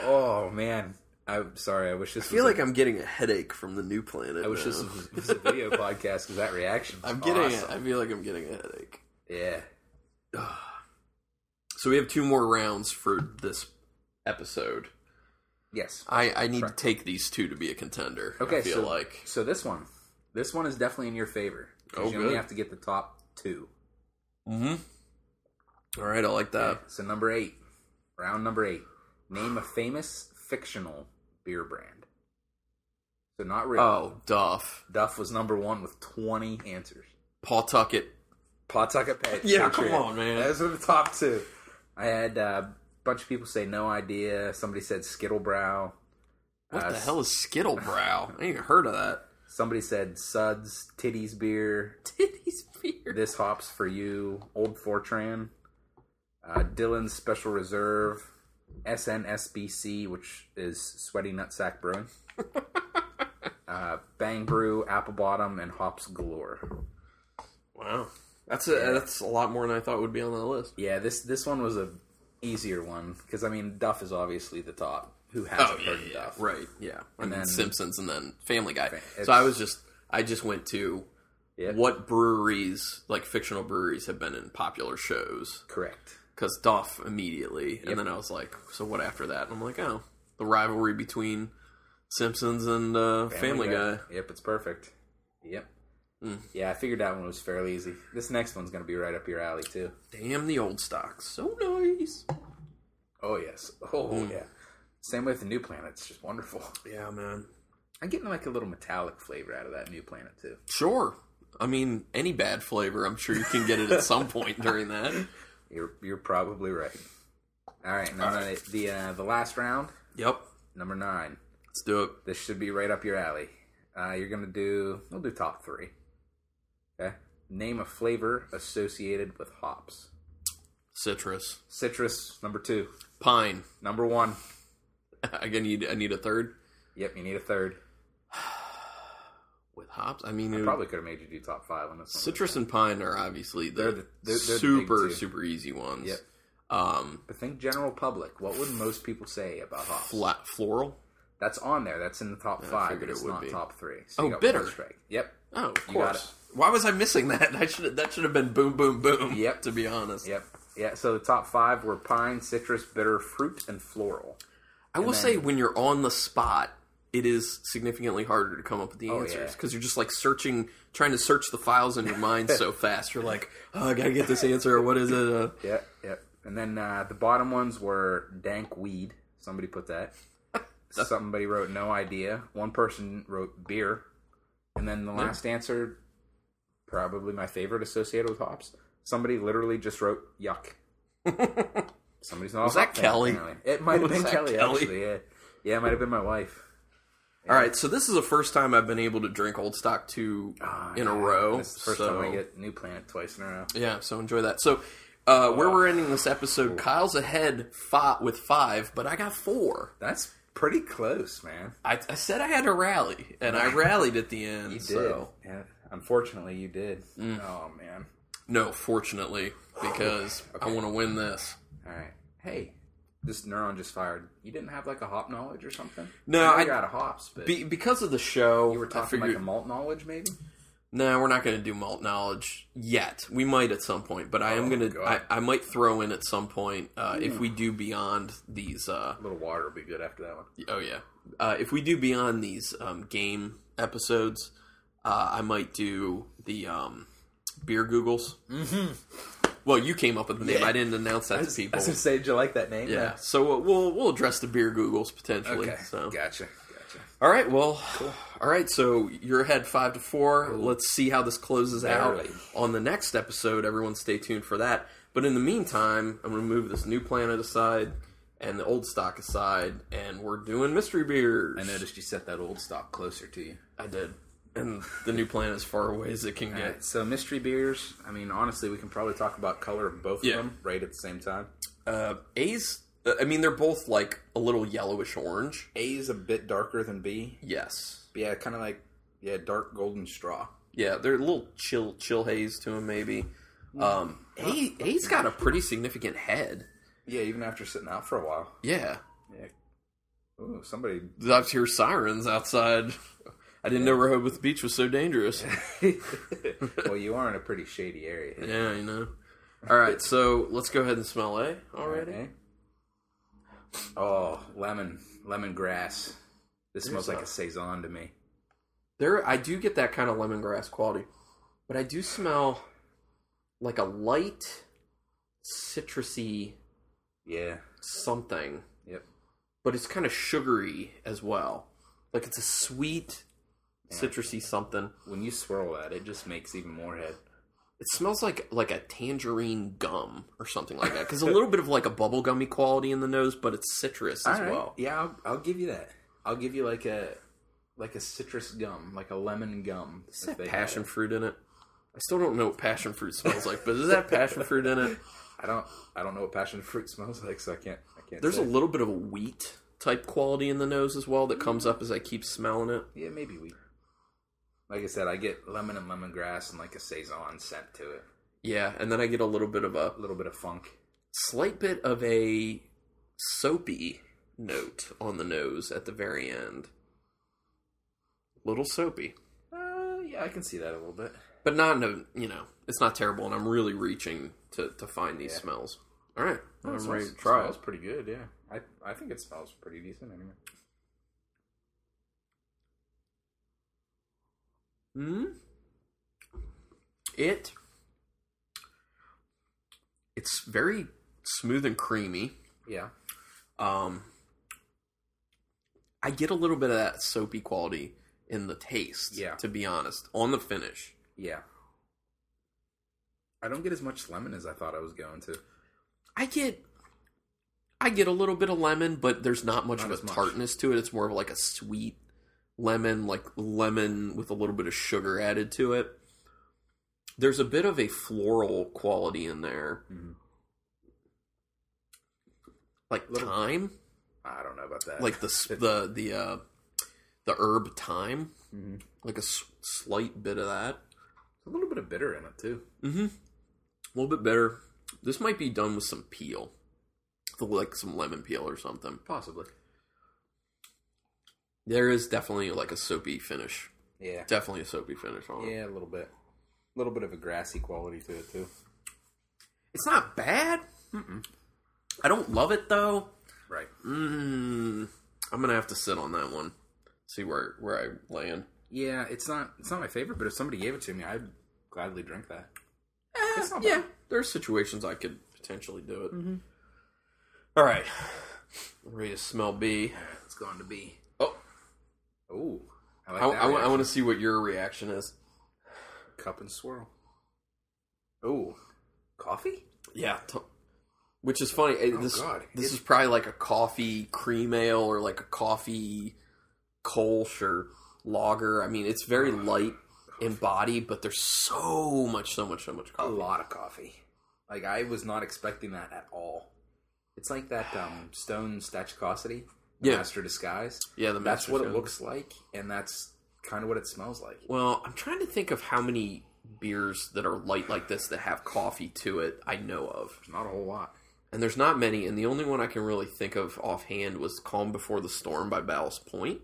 S2: oh, man. I'm sorry. I wish this.
S1: I feel
S2: was
S1: like I'm getting a headache from the new planet.
S2: a, I wish this was, was a
S1: <laughs>
S2: video podcast because that reaction. Was
S1: I'm getting.
S2: awesome.
S1: I feel like I'm getting a headache.
S2: Yeah.
S1: So we have two more rounds for this episode.
S2: Yes.
S1: I, I need to take these two to be a contender.
S2: Okay,
S1: I feel
S2: so,
S1: like
S2: so this one, this one is definitely in your favor. 'cause
S1: Oh,
S2: you only
S1: good.
S2: have to get the top two.
S1: all right. I like that.
S2: So number eight, round number eight. Name a famous fictional beer brand. So not real.
S1: Oh, Duff,
S2: Duff was number one with twenty answers.
S1: Paul Tuckett.
S2: Pawtucket
S1: <laughs>
S2: Pet.
S1: Yeah, come on, man.
S2: Those were the top two. I had uh, a bunch of people say no idea. Somebody said Skittlebrow.
S1: What
S2: Uh,
S1: the hell is <sighs> Skittlebrow? I ain't even heard of <laughs> that.
S2: Somebody said Suds Titties Beer.
S1: Titties beer.
S2: This hops for you. Old Fortran. Uh, Dylan's Special Reserve. SNSBC, which is Sweaty Nutsack
S1: <laughs>
S2: Brewing. uh, Bang Brew, Apple Bottom, and Hops Galore.
S1: Wow, that's a that's a lot more than I thought would be on that list.
S2: Yeah, this this one was a easier one because I mean Duff is obviously the top. Who hasn't heard of Duff?
S1: right. Oh, Yeah, and then
S2: then-
S1: Simpsons, and then Family Guy.
S2: it's-
S1: So I was just I just went to
S2: Yeah.
S1: what breweries like fictional breweries have been in popular shows
S2: Correct.
S1: because Duff immediately, and then I was like, so what after that? And I'm like, oh, the rivalry between Simpsons and uh, Family, Guy. Mm.
S2: Yep, it's perfect. Yep. Yeah, I figured that one was fairly easy. This next one's gonna be right up your alley too.
S1: Damn the old stock, so nice.
S2: Oh yes. Oh yeah. Same way with the New Planet. It's just wonderful. <laughs>
S1: Yeah, man.
S2: I'm getting like a little metallic flavor out of that New Planet too.
S1: Sure. I mean, any bad flavor, I'm sure you can get it at
S2: <laughs>
S1: some point during that.
S2: You're you're probably right. All right, and then the the, uh, the last round,
S1: Yep.
S2: number nine.
S1: Let's do it.
S2: This should be right up your alley. Uh, you're gonna do. We'll do top three. Okay. Name a flavor associated with hops.
S1: Citrus,
S2: Citrus, number two.
S1: pine. <laughs>
S2: Number one.
S1: I gonna need I need a third
S2: Yep, you need a third.
S1: with hops. I mean, it would-
S2: Probably could have made you do top five on this one.
S1: citrus and pine are obviously the,
S2: They're the- they're- they're the big
S1: super
S2: two.
S1: super easy ones.
S2: Yep.
S1: Um,
S2: But think general public. What would most people say about hops?
S1: flat floral.
S2: That's on there. That's in the top five,
S1: figured
S2: but
S1: it
S2: it's
S1: would
S2: not
S1: be.
S2: top three. So
S1: Oh,
S2: got
S1: bitter.
S2: one strike. Yep.
S1: Oh, of
S2: You got
S1: course. Why was I missing that? <laughs> I should that should have been boom boom boom.
S2: Yep.
S1: To be honest,
S2: Yep. Yeah. So the top five were pine, citrus, bitter, fruit, and floral.
S1: I will
S2: then-
S1: say when you're on the spot, it is significantly harder to come up with the
S2: Oh,
S1: answers
S2: yeah.
S1: because you're just like searching, trying to search the files in your <laughs> mind so fast. You're like, oh, I gotta get <laughs> this answer. or What is it? Uh,
S2: Yep. Yep. And then uh, the bottom ones were dank weed. Somebody
S1: <laughs>
S2: put that. Somebody wrote no idea. One person wrote beer. And then the last answer, probably my favorite associated with hops. Somebody literally just wrote
S1: <laughs>
S2: yuck. Somebody's not. Was
S1: that Kelly?
S2: It might
S1: <laughs>
S2: have
S1: Was
S2: been
S1: that
S2: Kelly,
S1: Kelly?
S2: Actually, yeah. Yeah, it might have been my wife.
S1: All right, so this is the first time I've been able to drink old stock two in a row.
S2: It's the first
S1: so,
S2: time I get New Planet twice in a row.
S1: yeah, so enjoy that. So uh, where we're ending this episode, Kyle's ahead five, with five, but I got four.
S2: That's pretty close, man.
S1: I, I said I had to rally, and I rallied at <laughs> the end.
S2: You did.
S1: So
S2: Yeah. Unfortunately, you did.
S1: Mm.
S2: Oh man.
S1: no, fortunately, <sighs> because I want to win this.
S2: All right. Hey, this neuron just fired. You didn't have like a hop knowledge or something?
S1: No,
S2: I know
S1: I-
S2: you're out of hops, but
S1: Be, because of the show,
S2: you were
S1: I
S2: talking
S1: figured,
S2: like a malt knowledge, maybe.
S1: no, we're not going to do malt knowledge yet. We might at some point, but I am
S2: Oh,
S1: going to. I,
S2: God.
S1: I might throw in at some point uh, if we do beyond these. Uh,
S2: A little water would be good after that one.
S1: oh yeah, uh, if we do beyond these um, game episodes, uh, I might do the um, beer googles. Well, you came up with the name.
S2: Yeah.
S1: I didn't announce that
S2: I
S1: to
S2: was, I
S1: people.
S2: was gonna say, did you like that name?
S1: yeah. So uh, we'll we'll address the beer Googles potentially.
S2: Okay.
S1: So
S2: Gotcha. Gotcha.
S1: all right. Well, all right. So you're ahead five to four. Let's see how this closes out
S2: Barely.
S1: on the next episode. Everyone, stay tuned for that. But in the meantime, I'm gonna move this new planet aside and the old stock aside, and we're doing mystery beers.
S2: I noticed you set that old stock closer to you.
S1: I did. And the new planet is far away as it can
S2: All
S1: get.
S2: right, so mystery beers. I mean, honestly, we can probably talk about color of both
S1: Yeah.
S2: of them right at the same time.
S1: Uh, A's, uh, I mean, they're both like a little yellowish orange.
S2: A is a bit darker than B.
S1: Yes.
S2: But yeah, kind of like yeah, dark golden straw.
S1: Yeah, they're a little chill, chill haze to them, maybe. Um, A, A's got a pretty significant head.
S2: Yeah, even after sitting out for a while.
S1: Yeah.
S2: Yeah. Ooh, somebody.
S1: I hear sirens outside. I didn't know Rehoboth Beach was so dangerous.
S2: well, you are in a pretty shady area. eh?
S1: yeah, you know. All right, so let's go ahead and smell A already.
S2: Okay. Eh? Oh, lemon, lemon grass. This smells like a saison to me.
S1: There, I do get that kind of lemongrass quality, but I do smell like a light citrusy
S2: Yeah.
S1: something,
S2: Yep.
S1: but it's kind of sugary as well. Like it's a sweet citrusy something.
S2: When you swirl that, it just makes even more head.
S1: It smells like like a tangerine gum or something like that. Because a little bit of like a bubblegummy quality in the nose, but it's citrus as well.
S2: Yeah, I'll, I'll give you that. I'll give you like a like a citrus gum, like a lemon gum.
S1: Is
S2: if
S1: that
S2: they
S1: passion
S2: have it.
S1: fruit in it? I still don't know what passion fruit smells like, but is that passion fruit in <laughs> it?
S2: I don't. I don't know what passion fruit smells like, so I can't. I can't.
S1: There's a
S2: say.
S1: little bit of a wheat type quality in the nose as well that comes up as I keep smelling it.
S2: yeah, maybe we. Like I said, I get lemon and lemongrass and like a saison scent to it.
S1: Yeah, and then I get a little bit of a
S2: A little bit of funk.
S1: slight bit of a soapy note on the nose at the very end. Little soapy,
S2: Uh, yeah, I can see that a little bit.
S1: but not in a you know it's not terrible, and I'm really reaching to to find these
S2: Yeah.
S1: smells. All right, I'm
S2: Oh, It
S1: ready
S2: smells-
S1: to try
S2: Smells
S1: it.
S2: pretty good. Yeah, I I think it smells pretty decent anyway.
S1: Hmm. It. It's very smooth and creamy.
S2: Yeah,
S1: Um, I get a little bit of that soapy quality in the taste.
S2: Yeah.
S1: To be honest, on the finish,
S2: yeah. I don't get as much lemon as I thought I was going to.
S1: I get, I get a little bit of lemon, but there's not much
S2: Not
S1: of
S2: as
S1: a
S2: much.
S1: tartness to it. It's more of like a sweet lemon, like lemon with a little bit of sugar added to it. There's a bit of a floral quality in there,
S2: Mm-hmm.
S1: like
S2: Little-
S1: thyme,
S2: I don't know about that.
S1: like the s- the the uh, the herb thyme.
S2: Mhm.
S1: like a s- slight bit of that.
S2: a little bit of bitter in it too.
S1: A little bit better. This might be done with some peel, So, like some lemon peel or something.
S2: Possibly.
S1: There is definitely like a soapy finish.
S2: Yeah.
S1: Definitely a soapy finish on it.
S2: Yeah, a little bit. A little bit of a grassy quality to it too.
S1: It's not bad. I don't love it though.
S2: Right.
S1: Mm, I'm gonna have to sit on that one. See where where I land.
S2: Yeah, it's not it's not my favorite, but if somebody gave it to me, I'd gladly drink that.
S1: Eh,
S2: It's not
S1: yeah, Mm-hmm. there are situations I could potentially do it. All right, ready to smell B.
S2: It's going to be.
S1: Oh,
S2: Oh, I like
S1: I,
S2: that.
S1: want to see what your reaction is.
S2: reaction. cup and swirl. Oh, coffee.
S1: Yeah. T- which is funny. eh,
S2: Oh,
S1: this
S2: God.
S1: this
S2: It-
S1: is probably like a coffee cream ale or like a coffee Kolsch or lager. I mean, it's very light in body, but there's so much, so much, so much
S2: A
S1: coffee.
S2: lot of coffee. Like I was not expecting that at all. It's like
S1: <sighs>
S2: that um, stone statuosity, the
S1: Yeah.
S2: master disguise.
S1: Yeah, the
S2: That's
S1: Master
S2: what it
S1: Stone.
S2: looks like, and that's kind of what it smells like.
S1: Well, I'm trying to think of how many beers that are light like this that have coffee to it I know of.
S2: Not a whole lot.
S1: And there's not many, and the only one I can really think of offhand was Calm Before the Storm by Ballast Point.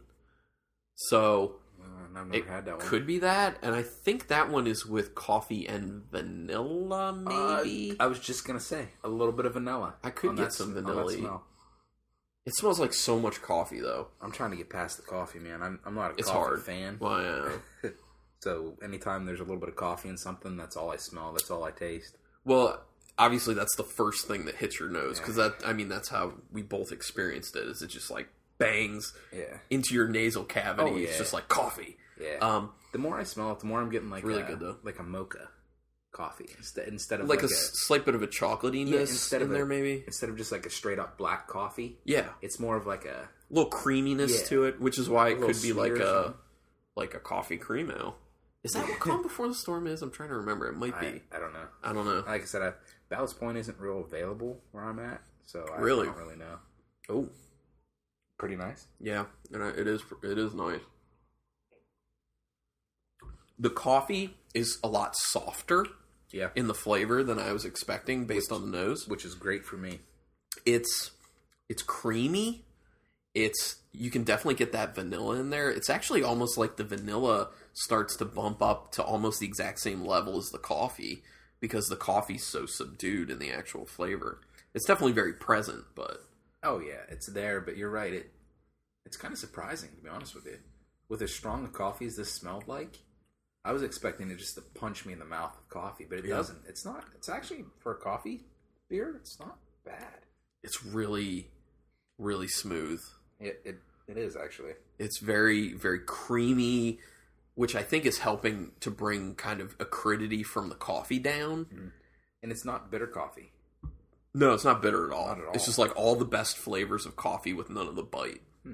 S1: So
S2: Uh, and I've never
S1: It
S2: had that one.
S1: could be that, and I think that one is with coffee and vanilla,
S2: Uh,
S1: maybe.
S2: I was just gonna say a little bit of vanilla.
S1: I could
S2: on
S1: get
S2: that
S1: some
S2: sm- on that
S1: vanilla-y.
S2: smell.
S1: it smells like so much coffee, though.
S2: I'm trying to get past the coffee, man. I'm, I'm not a
S1: It's
S2: coffee
S1: hard.
S2: fan.
S1: Well, <laughs> yeah.
S2: So anytime there's a little bit of coffee in something, that's all I smell. That's all I taste.
S1: well, obviously that's the first thing that hits your nose because that I mean that's how we both experienced it. Is it just like bangs
S2: Yeah.
S1: into your nasal cavity?
S2: Oh, yeah.
S1: It's just like coffee.
S2: Yeah.
S1: Um,
S2: the more I smell it, the more I'm getting like
S1: Really
S2: a,
S1: good, though.
S2: like a mocha coffee instead instead of
S1: like,
S2: like,
S1: a, s- slight bit of a chocolatiness
S2: yeah, instead
S1: in
S2: of a-
S1: there, maybe.
S2: instead of just like a straight up black coffee.
S1: Yeah,
S2: It's more of like a
S1: little creaminess
S2: Yeah.
S1: to it, which is why it
S2: little
S1: could be like
S2: smear or
S1: a
S2: something.
S1: like a coffee cream ale. Is <laughs> that what Calm Before the Storm is? I'm trying to remember. It might
S2: <laughs> I,
S1: be.
S2: I don't know.
S1: I don't know.
S2: Like I said, I, Ballast Point isn't real available where I'm at, so I
S1: Really?
S2: don't really know.
S1: Oh,
S2: Pretty nice.
S1: yeah, and I, it is it is nice. The coffee is a lot softer
S2: Yeah,
S1: in the flavor than I was expecting based on the nose.
S2: which is great for me.
S1: It's it's creamy. It's you can definitely get that vanilla in there. It's actually almost like the vanilla starts to bump up to almost the exact same level as the coffee because the coffee's so subdued in the actual flavor. It's definitely very present, but
S2: Oh yeah, it's there, but you're right. It it's kind of surprising to be honest with you. With as strong a coffee as this smelled like, I was expecting it just to punch me in the mouth with coffee, but it
S1: Yeah.
S2: doesn't. It's not. It's actually for a coffee beer. It's not bad.
S1: it's really really smooth.
S2: It it, it is actually.
S1: It's very very creamy, which I think is helping to bring kind of acridity from the coffee down.
S2: Mm. And it's not bitter coffee.
S1: No, it's not bitter at all.
S2: Not at all.
S1: It's just like all the best flavors of coffee with none of the bite.
S2: Hmm.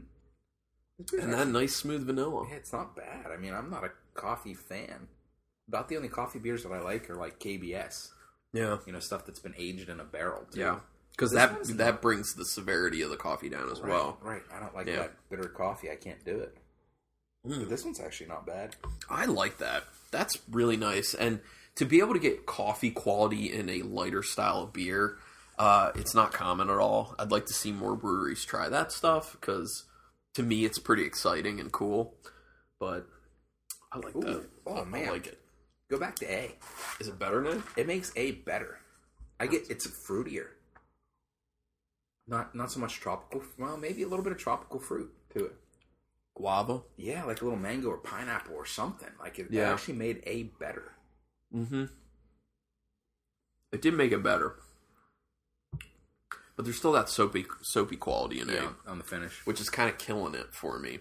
S2: It's good.
S1: And that nice smooth vanilla.
S2: Yeah, it's not bad. I mean, I'm not a coffee fan. About the only coffee beers that I like are like KBS,
S1: Yeah.
S2: you know, stuff that's been aged in a barrel. Too.
S1: Yeah. Cuz
S2: This
S1: that
S2: one's
S1: that brings the severity of the coffee down as
S2: Right,
S1: well.
S2: right. I don't like
S1: Yeah.
S2: that bitter coffee. I can't do it.
S1: Mm.
S2: But this one's actually not bad.
S1: I like that. That's really nice. And to be able to get coffee quality in a lighter style of beer, uh, it's not common at all. I'd like to see more breweries try that stuff because to me it's pretty exciting and cool. But I like
S2: Ooh.
S1: that.
S2: Oh,
S1: I- I
S2: man.
S1: like it.
S2: Go back to A.
S1: Is it better now?
S2: It makes A better. I get it's fruitier. Not not so much tropical. Well, maybe a little bit of tropical fruit to it.
S1: Guava.
S2: Yeah, like a little mango or pineapple or something. Like it it
S1: Yeah.
S2: actually made A better.
S1: Mm-hmm. It did make it better, but there's still that soapy soapy quality in it,
S2: on the finish.
S1: which is kind of killing it for me.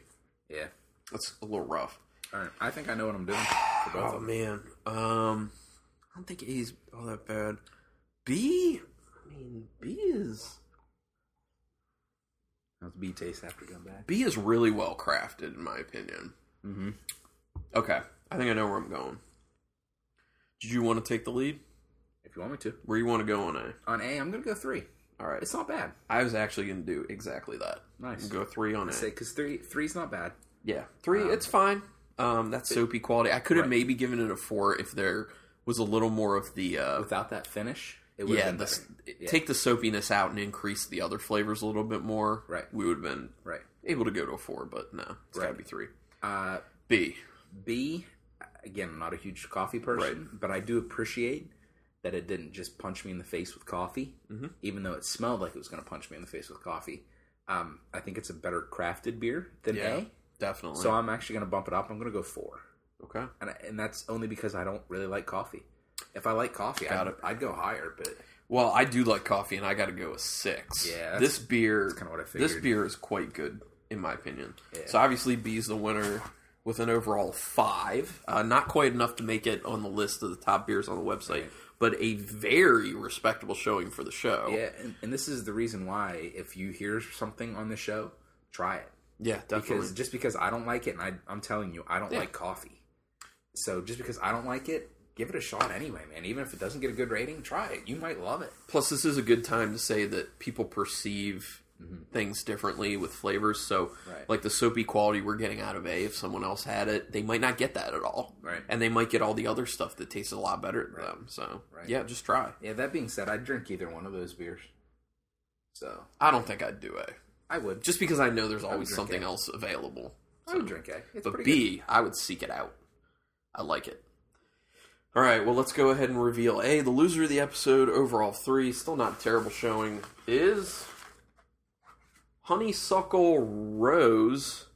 S2: Yeah.
S1: That's a little rough.
S2: All right. I think I know what I'm doing. For both of
S1: Oh
S2: them.
S1: man, um, I don't think A's all that bad. B, I mean B is
S2: How's B taste after going back?
S1: B is really well crafted in my opinion.
S2: Mm-hmm.
S1: Okay, I think I know where I'm going. Did you want to take the lead?
S2: If you want me to.
S1: Where you want to go on A?
S2: On A, I'm gonna go three.
S1: All right,
S2: It's not bad.
S1: I was actually going to do exactly that.
S2: Nice.
S1: Go three on A.
S2: Say because three three's not bad.
S1: Yeah, three.
S2: Um,
S1: it's fine. Um, that's soapy quality. I could have
S2: Right.
S1: maybe given it a four if there was a little more of the uh,
S2: Without that finish, it would
S1: yeah,
S2: have been
S1: the,
S2: better.
S1: s- take the soapiness out and increase the other flavors a little bit more.
S2: Right.
S1: we would have been
S2: right.
S1: able to go to a four, but no, it's got to
S2: Right.
S1: be three.
S2: Uh,
S1: B.
S2: B, again, I'm not a huge coffee person, but I do appreciate that it didn't just punch me in the face with coffee, mm-hmm. even though it smelled like it was going to punch me in the face with coffee. Um, I think it's a better crafted beer than
S1: Yeah,
S2: A,
S1: definitely.
S2: so I'm actually going to bump it up. I'm going to go four,
S1: okay.
S2: and I, and that's only because I don't really like coffee. If I like coffee,
S1: Got
S2: I'd, I'd go higher, but
S1: Well, I do like coffee, and I got to go with six.
S2: Yeah, that's-
S1: this beer.
S2: kinda what I
S1: This
S2: figured.
S1: beer is quite good, in my opinion.
S2: Yeah.
S1: So obviously, B's the winner with an overall five. Uh, not quite enough to make it on the list of the top beers on the website,
S2: Right.
S1: but a very respectable showing for the show.
S2: yeah, and, and this is the reason why if you hear something on the show, try it.
S1: Yeah, definitely.
S2: because just because I don't like it, and I, I'm telling you, I don't like coffee. So just because I don't like it, give it a shot anyway, man. Even if it doesn't get a good rating, try it. You might love it.
S1: Plus, this is a good time to say that people perceive things differently with flavors. So,
S2: Mm-hmm. Right.
S1: like the soapy quality we're getting out of A, if someone else had it, they might not get that at all.
S2: Right.
S1: And they might get all the other stuff that tastes a lot better to them. So,
S2: Right.
S1: yeah, just try.
S2: Yeah. That being said, I'd drink either one of those beers. So
S1: I don't think I'd do A.
S2: I would.
S1: Just because I know there's always
S2: drink
S1: something
S2: A.
S1: else available.
S2: I would drink A. It's
S1: Hmm. but
S2: pretty
S1: B, I would seek it out. I like it. All right, well, let's go ahead and reveal A. The loser of the episode, overall three, still not a terrible showing, is Honeysuckle Rose.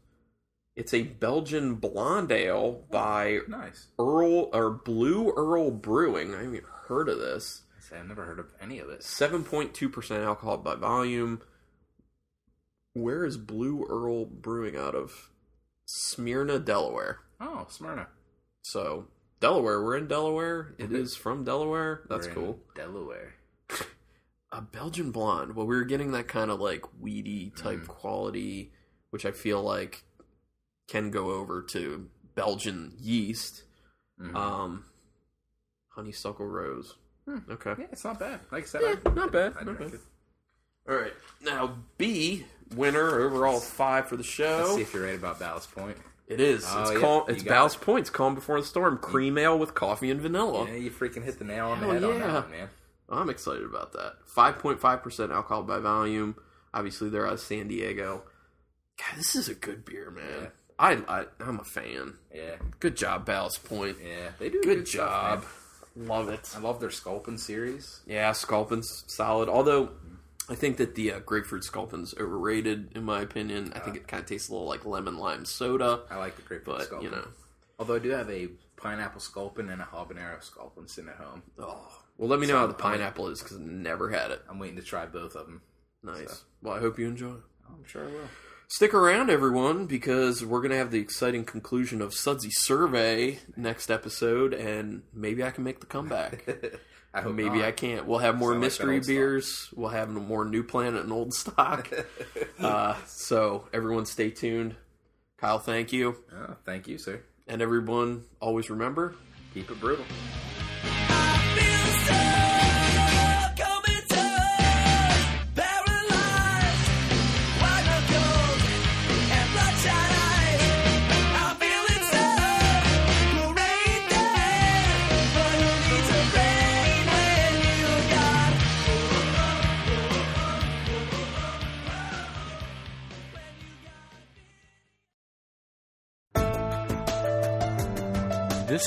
S1: It's a Belgian blonde ale by
S2: good. Nice.
S1: Earl or Blue Earl Brewing. I haven't even heard of this.
S2: Say, I've never heard of any of this.
S1: Seven point two percent alcohol by volume. Where is Blue Earl Brewing out of? Smyrna, Delaware.
S2: Oh, Smyrna.
S1: So Delaware, we're in Delaware. It
S2: Okay.
S1: is from Delaware. That's
S2: We're in
S1: cool.
S2: Delaware.
S1: A Belgian blonde. Well, we were getting that kind of like weedy type
S2: Mm.
S1: quality, which I feel like can go over to Belgian yeast.
S2: Mhm.
S1: Um, honeysuckle rose.
S2: Hmm.
S1: Okay.
S2: yeah, it's not bad. Like I said,
S1: Yeah,
S2: I,
S1: not bad.
S2: I
S1: not
S2: drink
S1: bad.
S2: it.
S1: All right. Now B winner overall five for the
S2: Let's
S1: show.
S2: see if you're right about Ballast Point.
S1: It is.
S2: Oh,
S1: it's
S2: yeah,
S1: calm.
S2: you
S1: It's
S2: got
S1: Ballast Points. Calm before the storm. Cream ale with coffee and vanilla.
S2: yeah, you freaking hit the nail on the
S1: Oh. Hell
S2: head on
S1: yeah.
S2: that one, man.
S1: I'm excited about that. 5.5% alcohol by volume. Obviously, they're out of San Diego. God, this is a good beer, man.
S2: Yeah.
S1: I, I I'm a fan.
S2: Yeah,
S1: Good job, Ballast Point.
S2: yeah, they do a
S1: Good,
S2: stuff,
S1: job.
S2: man.
S1: Love it.
S2: I love their Sculpin series.
S1: Yeah, Sculpin's solid. Although I think that the uh, grapefruit Sculpin's overrated in my opinion. I think it kind of tastes a little like lemon lime soda,
S2: I like the grapefruit
S1: but
S2: Sculpin.
S1: you know.
S2: Although I do have a pineapple Sculpin and a habanero Sculpin sitting at home.
S1: Oh. Well, let me know how the pineapple is cuz I never had it.
S2: I'm waiting to try both of them.
S1: Nice. Well, I hope you enjoy it.
S2: I'm sure I will.
S1: Stick around, everyone, because we're going to have the exciting conclusion of Sudsy Survey next episode, and maybe I can make the comeback.
S2: <laughs> I hope
S1: maybe I can't. We'll have more
S2: Sound like that
S1: mystery
S2: old stock.
S1: beers. We'll have more New Planet and Old
S2: <laughs>
S1: Stock. uh, so, everyone, stay tuned. Kyle, thank you.
S2: I. Oh, thank you, sir.
S1: And everyone, always remember
S2: Keep it brutal.
S3: This